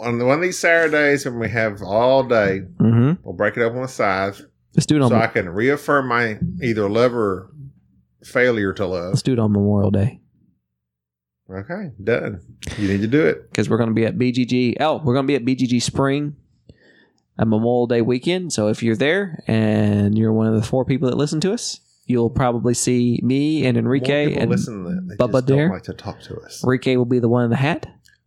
[SPEAKER 2] on one of these Saturdays when we have all day.
[SPEAKER 3] Mm-hmm.
[SPEAKER 2] We'll break it up on Scythe.
[SPEAKER 3] Let's do it on.
[SPEAKER 2] so I can reaffirm my either love or failure to love.
[SPEAKER 3] let's do it on Memorial Day
[SPEAKER 2] Okay, done. You need to do it.
[SPEAKER 3] because we're going to be at BGG. Oh, we're going to be at BGG Spring on Memorial Day weekend. So if you're there and you're one of the four people that listen to us, you'll probably see me and
[SPEAKER 2] More
[SPEAKER 3] Enrique
[SPEAKER 2] people
[SPEAKER 3] and
[SPEAKER 2] listen to that. They
[SPEAKER 3] Bubba
[SPEAKER 2] just
[SPEAKER 3] Dare.
[SPEAKER 2] don't like to talk to us.
[SPEAKER 3] Enrique will be the one in the hat,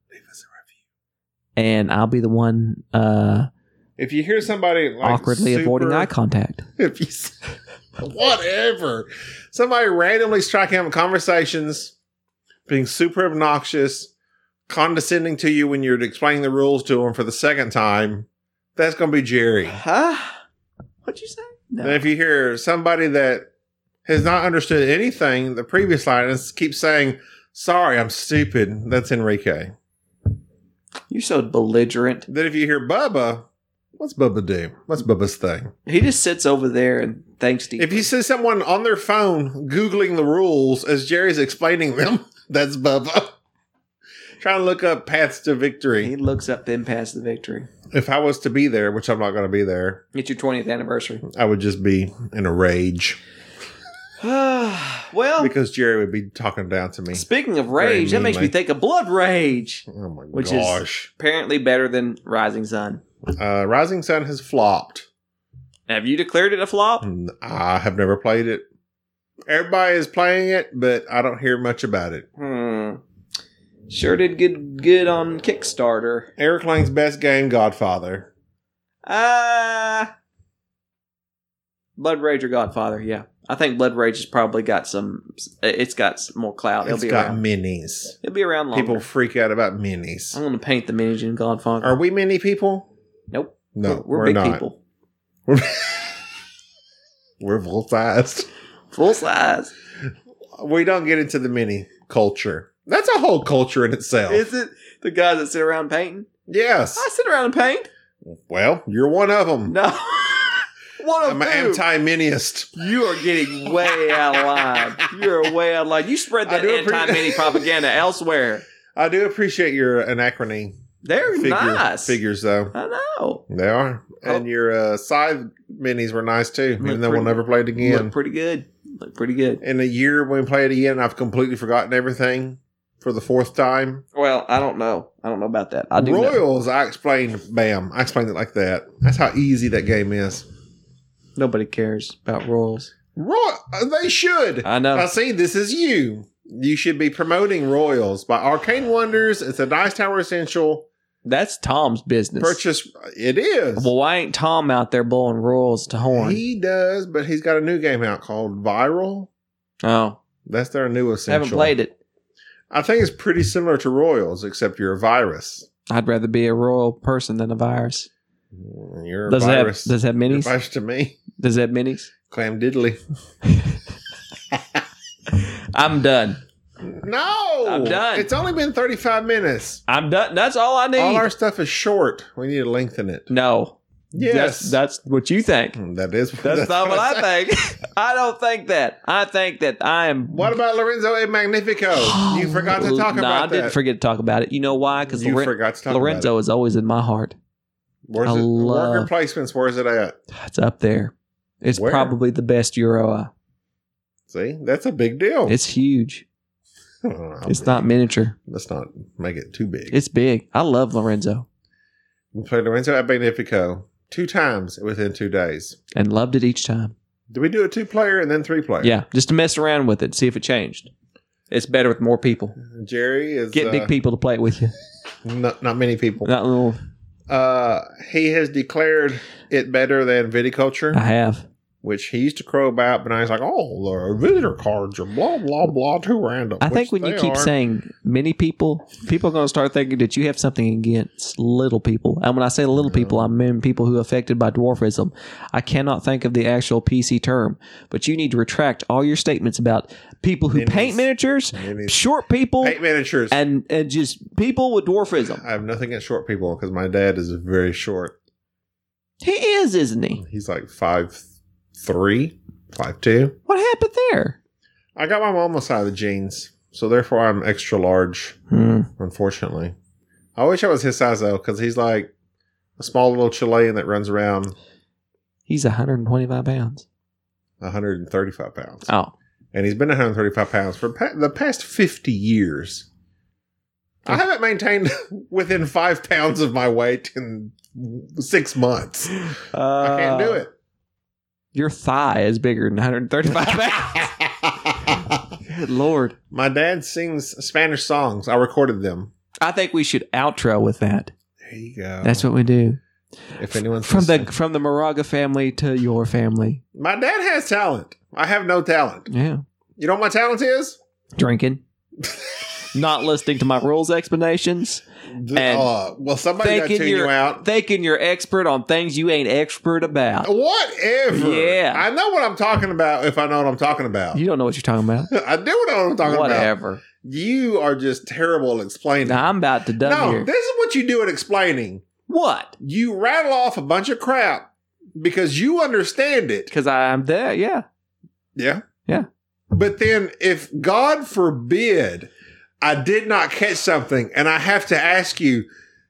[SPEAKER 2] Leave us a
[SPEAKER 3] and I'll be the one uh,
[SPEAKER 2] review. If you hear somebody like
[SPEAKER 3] awkwardly avoiding
[SPEAKER 2] super-
[SPEAKER 3] eye contact.
[SPEAKER 2] [LAUGHS] if you s- whatever somebody randomly striking up conversations being super obnoxious condescending to you when you're explaining the rules to them for the second time that's going to be jerry
[SPEAKER 3] Huh? What'd you say? No.
[SPEAKER 2] and if you hear somebody that has not understood anything the previous line and s- keeps saying sorry i'm stupid that's enrique
[SPEAKER 3] You're so belligerent.
[SPEAKER 2] then if you hear bubba what's bubba do what's bubba's thing
[SPEAKER 3] He just sits over there and thanks to
[SPEAKER 2] If you see someone on their phone googling the rules as Jerry's explaining them, [LAUGHS] that's Bubba. Trying to look up paths to
[SPEAKER 3] He
[SPEAKER 2] victory.
[SPEAKER 3] looks up, then past the victory.
[SPEAKER 2] If I was to be there, which I'm not going to be there,
[SPEAKER 3] It's your 20th anniversary.
[SPEAKER 2] I would just be in a rage
[SPEAKER 3] [SIGHS] well,
[SPEAKER 2] Hmm. because Jerry would be talking down to me.
[SPEAKER 3] speaking of rage, that
[SPEAKER 2] meanly.
[SPEAKER 3] makes me think of Blood Rage.
[SPEAKER 2] Oh my
[SPEAKER 3] Which is-
[SPEAKER 2] gosh!
[SPEAKER 3] Apparently better than Rising Sun.
[SPEAKER 2] Uh, Rising Sun has flopped.
[SPEAKER 3] Have you declared it a flop?
[SPEAKER 2] Mm, I have never played it. Everybody is playing it, but I don't hear much about it.
[SPEAKER 3] Hmm. Sure did good good on Kickstarter.
[SPEAKER 2] Eric Lang's best game, Godfather.
[SPEAKER 3] Ah. Blood Rage or Godfather, yeah. I think Blood Rage has probably got some. It's got some more clout. It'll
[SPEAKER 2] It's
[SPEAKER 3] be
[SPEAKER 2] got
[SPEAKER 3] around.
[SPEAKER 2] minis.
[SPEAKER 3] It'll be around longer.
[SPEAKER 2] People freak out about minis.
[SPEAKER 3] I'm going to paint the miniature in Godfather.
[SPEAKER 2] Are we many people?
[SPEAKER 3] Nope.
[SPEAKER 2] No,
[SPEAKER 3] We're-
[SPEAKER 2] we're,
[SPEAKER 3] we're, big
[SPEAKER 2] not.
[SPEAKER 3] people,
[SPEAKER 2] We're, we're full sized.
[SPEAKER 3] full size.
[SPEAKER 2] [LAUGHS] We don't get into the mini culture. That's a whole culture in itself.
[SPEAKER 3] Is it the guys that sit around painting?
[SPEAKER 2] yes.
[SPEAKER 3] I sit around and paint.
[SPEAKER 2] Well, you're one of them.
[SPEAKER 3] No, [LAUGHS] one
[SPEAKER 2] I'm
[SPEAKER 3] of
[SPEAKER 2] an
[SPEAKER 3] them.
[SPEAKER 2] anti-miniist.
[SPEAKER 3] you are getting way out of line. You're way out of line. You spread
[SPEAKER 2] I
[SPEAKER 3] that
[SPEAKER 2] do appre- [LAUGHS]
[SPEAKER 3] anti-mini propaganda elsewhere.
[SPEAKER 2] I do appreciate your anachrony
[SPEAKER 3] They're
[SPEAKER 2] figure,
[SPEAKER 3] nice.
[SPEAKER 2] figures, though.
[SPEAKER 3] I know.
[SPEAKER 2] They are, and
[SPEAKER 3] Oh.
[SPEAKER 2] your uh, scythe minis were nice too.
[SPEAKER 3] Look
[SPEAKER 2] Even though we'll
[SPEAKER 3] pretty-
[SPEAKER 2] never play it
[SPEAKER 3] Look
[SPEAKER 2] again.
[SPEAKER 3] pretty good. Look pretty good.
[SPEAKER 2] In a year when we play it again, I've completely forgotten everything for the fourth time.
[SPEAKER 3] Well, I don't know. I don't know about that. I do. Know.
[SPEAKER 2] Royals, I explained, bam, I explained it like that. That's how easy that game is.
[SPEAKER 3] Nobody cares about royals.
[SPEAKER 2] Roy, uh, they should.
[SPEAKER 3] I know.
[SPEAKER 2] I see. This is you. You should be promoting Royals by Arcane Wonders. It's a Dice Tower essential
[SPEAKER 3] That's Tom's business.
[SPEAKER 2] purchase. It is.
[SPEAKER 3] Well, why ain't Tom out there blowing royals to horn?
[SPEAKER 2] he does, but he's got a new game out called Viral.
[SPEAKER 3] oh,
[SPEAKER 2] That's their new essential.
[SPEAKER 3] haven't played it.
[SPEAKER 2] I think it's pretty similar to Royals, except you're a virus.
[SPEAKER 3] I'd rather be a royal person than a virus.
[SPEAKER 2] You're a
[SPEAKER 3] Does it have
[SPEAKER 2] virus.
[SPEAKER 3] does it have
[SPEAKER 2] You're a
[SPEAKER 3] minis?
[SPEAKER 2] virus to me. [LAUGHS]
[SPEAKER 3] Does it have minis?
[SPEAKER 2] Clam diddly.
[SPEAKER 3] I'm done.
[SPEAKER 2] No,
[SPEAKER 3] I'm done.
[SPEAKER 2] It's only been 35 minutes.
[SPEAKER 3] I'm done. That's all I need.
[SPEAKER 2] All our stuff is short. We need to lengthen it.
[SPEAKER 3] no.
[SPEAKER 2] Yes,
[SPEAKER 3] That's, that's what you think.
[SPEAKER 2] that is.
[SPEAKER 3] That's, not what
[SPEAKER 2] said.
[SPEAKER 3] I think. [LAUGHS] I don't think that. I think that I am.
[SPEAKER 2] What about Lorenzo A.
[SPEAKER 3] [GASPS]
[SPEAKER 2] Magnifico? You forgot to talk
[SPEAKER 3] Nah,
[SPEAKER 2] about
[SPEAKER 3] I didn't
[SPEAKER 2] that.
[SPEAKER 3] forget to talk about it. You know why? Because
[SPEAKER 2] you forgot to talk about
[SPEAKER 3] Lorenzo is always in my heart.
[SPEAKER 2] it. Where's
[SPEAKER 3] I
[SPEAKER 2] it?
[SPEAKER 3] love-
[SPEAKER 2] Worker placements. Where's it at?
[SPEAKER 3] It's up there. It's
[SPEAKER 2] Where?
[SPEAKER 3] probably the best Euro. eye.
[SPEAKER 2] See, that's a big deal. [LAUGHS]
[SPEAKER 3] It's huge.
[SPEAKER 2] Oh,
[SPEAKER 3] It's not miniature.
[SPEAKER 2] Let's not make it too big.
[SPEAKER 3] It's big. I love Lorenzo
[SPEAKER 2] we played Lorenzo A. Magnifico two times within two days.
[SPEAKER 3] and loved it each time.
[SPEAKER 2] Did we do a two-player and then three-player?
[SPEAKER 3] Yeah, just to mess around with it, see if it changed. It's better with more people.
[SPEAKER 2] Jerry is
[SPEAKER 3] Get big
[SPEAKER 2] uh,
[SPEAKER 3] people to play it with you.
[SPEAKER 2] Not, not many people.
[SPEAKER 3] Not little.
[SPEAKER 2] Uh, he has declared it better than Viticulture.
[SPEAKER 3] I have.
[SPEAKER 2] which he used to crow about, but now he's like, oh, the visitor cards are blah, blah, blah, too random.
[SPEAKER 3] I
[SPEAKER 2] which
[SPEAKER 3] think when you
[SPEAKER 2] they
[SPEAKER 3] keep
[SPEAKER 2] are.
[SPEAKER 3] saying many people, people are going to start thinking that you have something against little people. And when I say little people, I mean people who are affected by dwarfism. I cannot think of the actual PC term, but you need to retract all your statements about people who
[SPEAKER 2] Minis.
[SPEAKER 3] paint miniatures,
[SPEAKER 2] Minis.
[SPEAKER 3] short people,
[SPEAKER 2] Paint miniatures.
[SPEAKER 3] and and just people with dwarfism.
[SPEAKER 2] I have nothing against short people because my dad is very short.
[SPEAKER 3] He is, isn't he?
[SPEAKER 2] He's like five three, five two.
[SPEAKER 3] What happened there?
[SPEAKER 2] I got my mom's side of the genes, so therefore I'm extra large.
[SPEAKER 3] Hmm.
[SPEAKER 2] Unfortunately, I wish I was his size though, because he's like a small little Chilean that runs around
[SPEAKER 3] He's 125 pounds.
[SPEAKER 2] 135 pounds.
[SPEAKER 3] Oh,
[SPEAKER 2] and he's been 135 pounds for pa- the past 50 years. I haven't maintained [LAUGHS] within five pounds of my weight in six months. I can't do it.
[SPEAKER 3] Uh, Your thigh is bigger
[SPEAKER 2] [LAUGHS]
[SPEAKER 3] than 135 pounds. Good lord.
[SPEAKER 2] my dad sings Spanish songs. I recorded them.
[SPEAKER 3] I think we should outro with that.
[SPEAKER 2] There you go.
[SPEAKER 3] That's what we do.
[SPEAKER 2] if anyone's
[SPEAKER 3] From the
[SPEAKER 2] listening.
[SPEAKER 3] from the Moraga family to your family.
[SPEAKER 2] my dad has talent. I have no talent.
[SPEAKER 3] Yeah.
[SPEAKER 2] You know what my talent is? [LAUGHS]
[SPEAKER 3] Drinking. Not listening to my rules explanations. And
[SPEAKER 2] Uh, well, somebody got to
[SPEAKER 3] thinking
[SPEAKER 2] tune you
[SPEAKER 3] you're-
[SPEAKER 2] out.
[SPEAKER 3] Thinking you're expert on things you ain't expert about.
[SPEAKER 2] Whatever.
[SPEAKER 3] Yeah.
[SPEAKER 2] I know what I'm talking about if I know what I'm talking about.
[SPEAKER 3] You don't know what you're talking about.
[SPEAKER 2] [LAUGHS] I do know what I'm talking about.
[SPEAKER 3] Whatever.
[SPEAKER 2] You are just terrible at explaining.
[SPEAKER 3] Now I'm about to done
[SPEAKER 2] no,
[SPEAKER 3] here.
[SPEAKER 2] this is what you do at explaining.
[SPEAKER 3] what?
[SPEAKER 2] You rattle off a bunch of crap because you understand it.
[SPEAKER 3] Because I'm there. Yeah.
[SPEAKER 2] Yeah.
[SPEAKER 3] Yeah.
[SPEAKER 2] But then if God forbid I did not catch something and I have to ask you,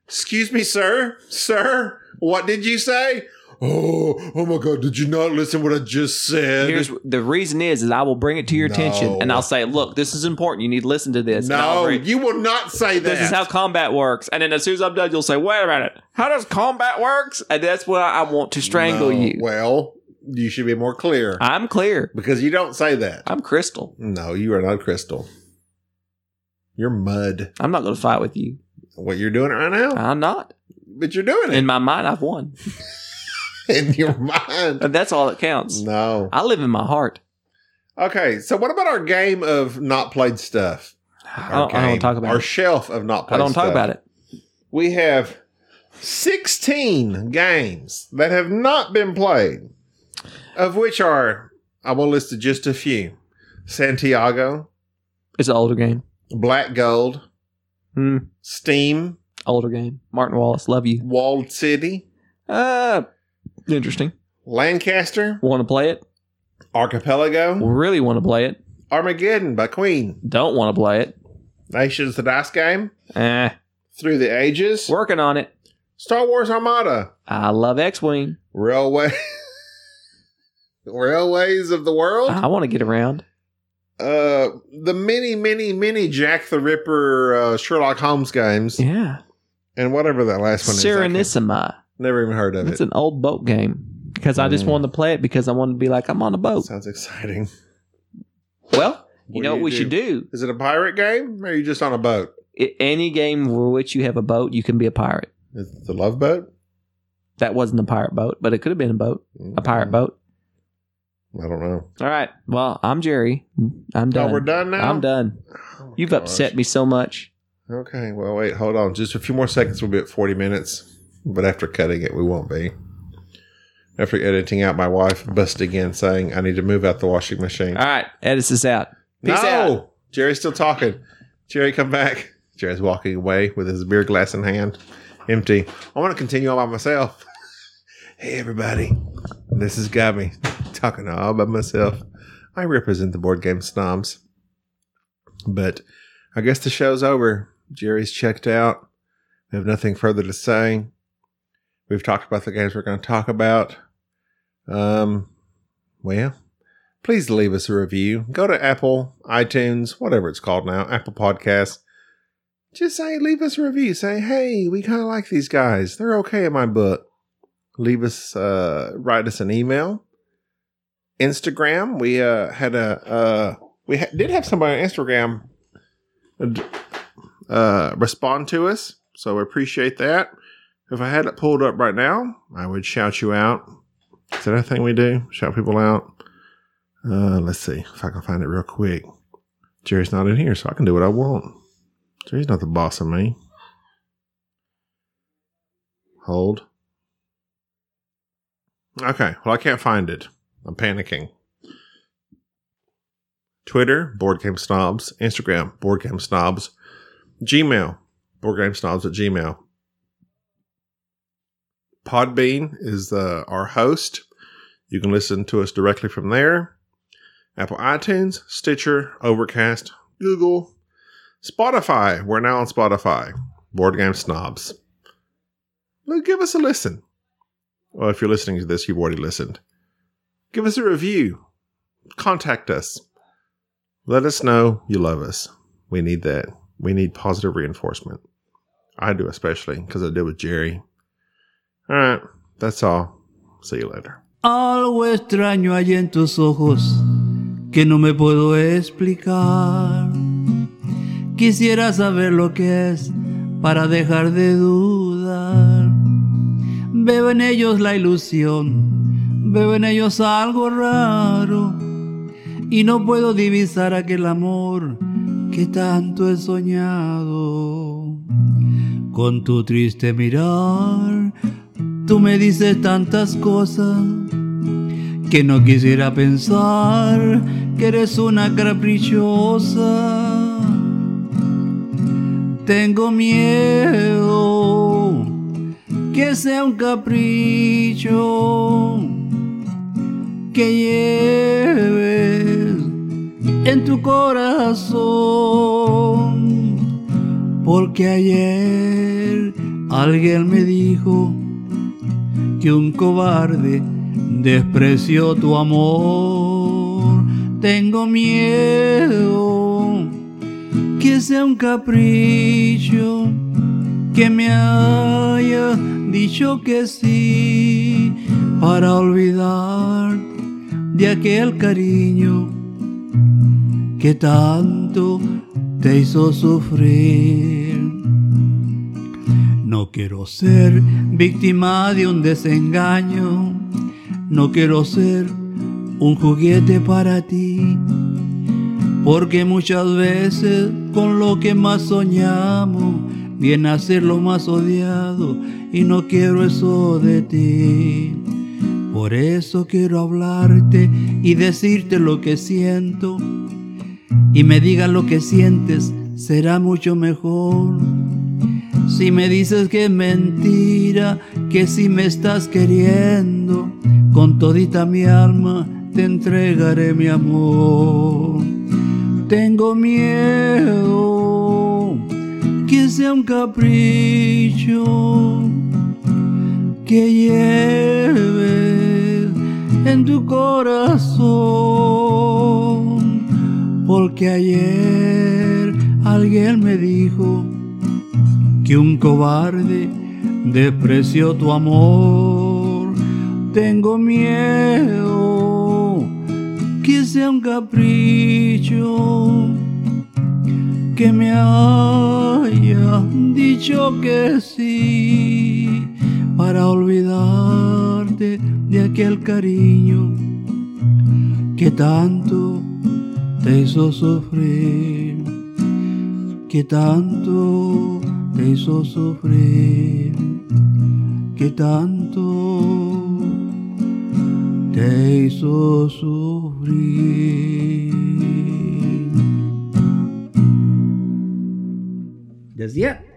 [SPEAKER 2] excuse me, sir, sir, what did you say? Oh, oh my God, did you not listen what I just said?
[SPEAKER 3] Here's the reason is is I will bring it to your attention
[SPEAKER 2] No.
[SPEAKER 3] and I'll say, look, this is important. You need to listen to this. And I'll
[SPEAKER 2] no,
[SPEAKER 3] bring-
[SPEAKER 2] you will not say that.
[SPEAKER 3] this is how combat works. And then as soon as I'm done, you'll say, wait a minute, how does combat works? And that's why I want to strangle
[SPEAKER 2] No,
[SPEAKER 3] you.
[SPEAKER 2] Well, you should be more clear
[SPEAKER 3] I'm clear.
[SPEAKER 2] because you don't say that.
[SPEAKER 3] I'm crystal.
[SPEAKER 2] No, you are not crystal. You're mud.
[SPEAKER 3] I'm not going to fight with you.
[SPEAKER 2] What you're doing right now,
[SPEAKER 3] I'm not.
[SPEAKER 2] but you're doing
[SPEAKER 3] In
[SPEAKER 2] it
[SPEAKER 3] my mind, I've won.
[SPEAKER 2] [LAUGHS] in your mind.
[SPEAKER 3] And that's all that counts.
[SPEAKER 2] No.
[SPEAKER 3] I live in my heart.
[SPEAKER 2] Okay, so what about our game of not played stuff?
[SPEAKER 3] I
[SPEAKER 2] Our
[SPEAKER 3] don't, I don't
[SPEAKER 2] game,
[SPEAKER 3] talk about
[SPEAKER 2] our
[SPEAKER 3] it.
[SPEAKER 2] shelf of not
[SPEAKER 3] I
[SPEAKER 2] played.
[SPEAKER 3] don't talk
[SPEAKER 2] stuff.
[SPEAKER 3] about it.
[SPEAKER 2] We have sixteen games that have not been played, of which are I will list just a few: Santiago,
[SPEAKER 3] It's an older game.
[SPEAKER 2] Black Gold,
[SPEAKER 3] Hmm.
[SPEAKER 2] Steam,
[SPEAKER 3] older game. Martin Wallace, love you.
[SPEAKER 2] Walled City,
[SPEAKER 3] Uh, interesting.
[SPEAKER 2] Lancaster,
[SPEAKER 3] Want to play it?
[SPEAKER 2] Archipelago,
[SPEAKER 3] Really want to play it?
[SPEAKER 2] Armageddon by Queen,
[SPEAKER 3] Don't want to play it?
[SPEAKER 2] Nations the Dice Game,
[SPEAKER 3] Eh,
[SPEAKER 2] Through the Ages,
[SPEAKER 3] working on it.
[SPEAKER 2] Star Wars Armada,
[SPEAKER 3] I love X Wing.
[SPEAKER 2] Railway, [LAUGHS] Railways of the World,
[SPEAKER 3] I want to get around.
[SPEAKER 2] uh, the many, many, many Jack the Ripper uh, Sherlock Holmes games,
[SPEAKER 3] Yeah.
[SPEAKER 2] and whatever that last one is. I
[SPEAKER 3] Serenissima.
[SPEAKER 2] can't- Never even heard of
[SPEAKER 3] It's
[SPEAKER 2] it.
[SPEAKER 3] an old boat game. Because I just
[SPEAKER 2] Mm.
[SPEAKER 3] wanted to play it because I wanted to be like, I'm on a boat.
[SPEAKER 2] Sounds exciting.
[SPEAKER 3] Well,
[SPEAKER 2] What
[SPEAKER 3] you know
[SPEAKER 2] do
[SPEAKER 3] what
[SPEAKER 2] you
[SPEAKER 3] we
[SPEAKER 2] do?
[SPEAKER 3] should do?
[SPEAKER 2] Is it a pirate game, or are you just on a boat?
[SPEAKER 3] I- any game for which you have a boat, you can be a pirate.
[SPEAKER 2] Is it the Love Boat?
[SPEAKER 3] That wasn't a pirate boat, but it could have been a boat, a pirate boat.
[SPEAKER 2] I don't know.
[SPEAKER 3] All right. Well, I'm Jerry. I'm
[SPEAKER 2] Oh,
[SPEAKER 3] done.
[SPEAKER 2] we're done now.
[SPEAKER 3] I'm done.
[SPEAKER 2] Oh my
[SPEAKER 3] You've
[SPEAKER 2] gosh.
[SPEAKER 3] upset me so much.
[SPEAKER 2] Okay, well, wait, hold on. Just a few more seconds. We'll be at 40 minutes. But after cutting it, we won't be. After editing out, my wife bust again saying, I need to move out the washing machine.
[SPEAKER 3] All right. Edis is out. Peace
[SPEAKER 2] no!
[SPEAKER 3] out.
[SPEAKER 2] Jerry's still talking. Jerry, come back. Jerry's walking away with his beer glass in hand, empty. I want to continue all by myself. [LAUGHS] hey, everybody. This is Gabby, talking all by myself. I represent the board game snobs. But I guess the show's over. Jerry's checked out. We have nothing further to say. We've talked about the games we're going to talk about. Um, well, please leave us a review. Go to Apple, iTunes, whatever it's called now, Apple Podcasts. Just say, leave us a review. Say, hey, we kind of like these guys. They're okay in my book. Leave us, uh, write us an email. Instagram, we uh, had a, uh, we ha- did have somebody on Instagram uh, respond to us. So we appreciate that. If I had it pulled up right now, I would shout you out. Is that a thing we do? Shout people out. Uh, let's see if I can find it real quick. Jerry's not in here, so I can do what I want. Jerry's not the boss of me. Hold. Okay, well, I can't find it. I'm panicking. Twitter, Board Game Snobs. Instagram, Board Game Snobs. Gmail, boardgamesnobs at gmail. Podbean is uh, our host. You can listen to us directly from there. Apple iTunes, Stitcher, Overcast, Google, Spotify. We're now on Spotify. Board Game Snobs. Well, give us a listen. Well, if you're listening to this, you've already listened. Give us a review. Contact us. Let us know you love us. We need that. We need positive reinforcement. I do, especially because I did with Jerry. All right. That's all. See you later.
[SPEAKER 4] Algo extraño hay en tus ojos que no me puedo explicar. Quisiera saber lo que es para dejar de dudar. Veo en ellos la ilusión, veo en ellos algo raro. Y no puedo divisar aquel amor que tanto he soñado. Con tu triste mirar, tú me dices tantas cosas que no quisiera pensar que eres una caprichosa. Tengo miedo que sea un capricho que lleves en tu corazón. Porque ayer alguien me dijo que un cobarde despreció tu amor. Tengo miedo que sea un capricho que me haya dicho que sí para olvidar de aquel cariño que tanto te hizo sufrir. No quiero ser víctima de un desengaño. No quiero ser un juguete para ti. Porque muchas veces con lo que más soñamos viene a ser lo más odiado y no quiero eso de ti. Por eso quiero hablarte y decirte lo que siento. Y me digas lo que sientes, será mucho mejor. Si me dices que es mentira, que si me estás queriendo, con todita mi alma te entregaré mi amor. Tengo miedo que sea un capricho que lleves en tu corazón, porque ayer alguien me dijo que un cobarde despreció tu amor. Tengo miedo que sea un capricho que me haya dicho que sí para olvidarte de aquel cariño que tanto te hizo sufrir, que tanto te hizo sufrir, que tanto te hizo sufrir. That's it.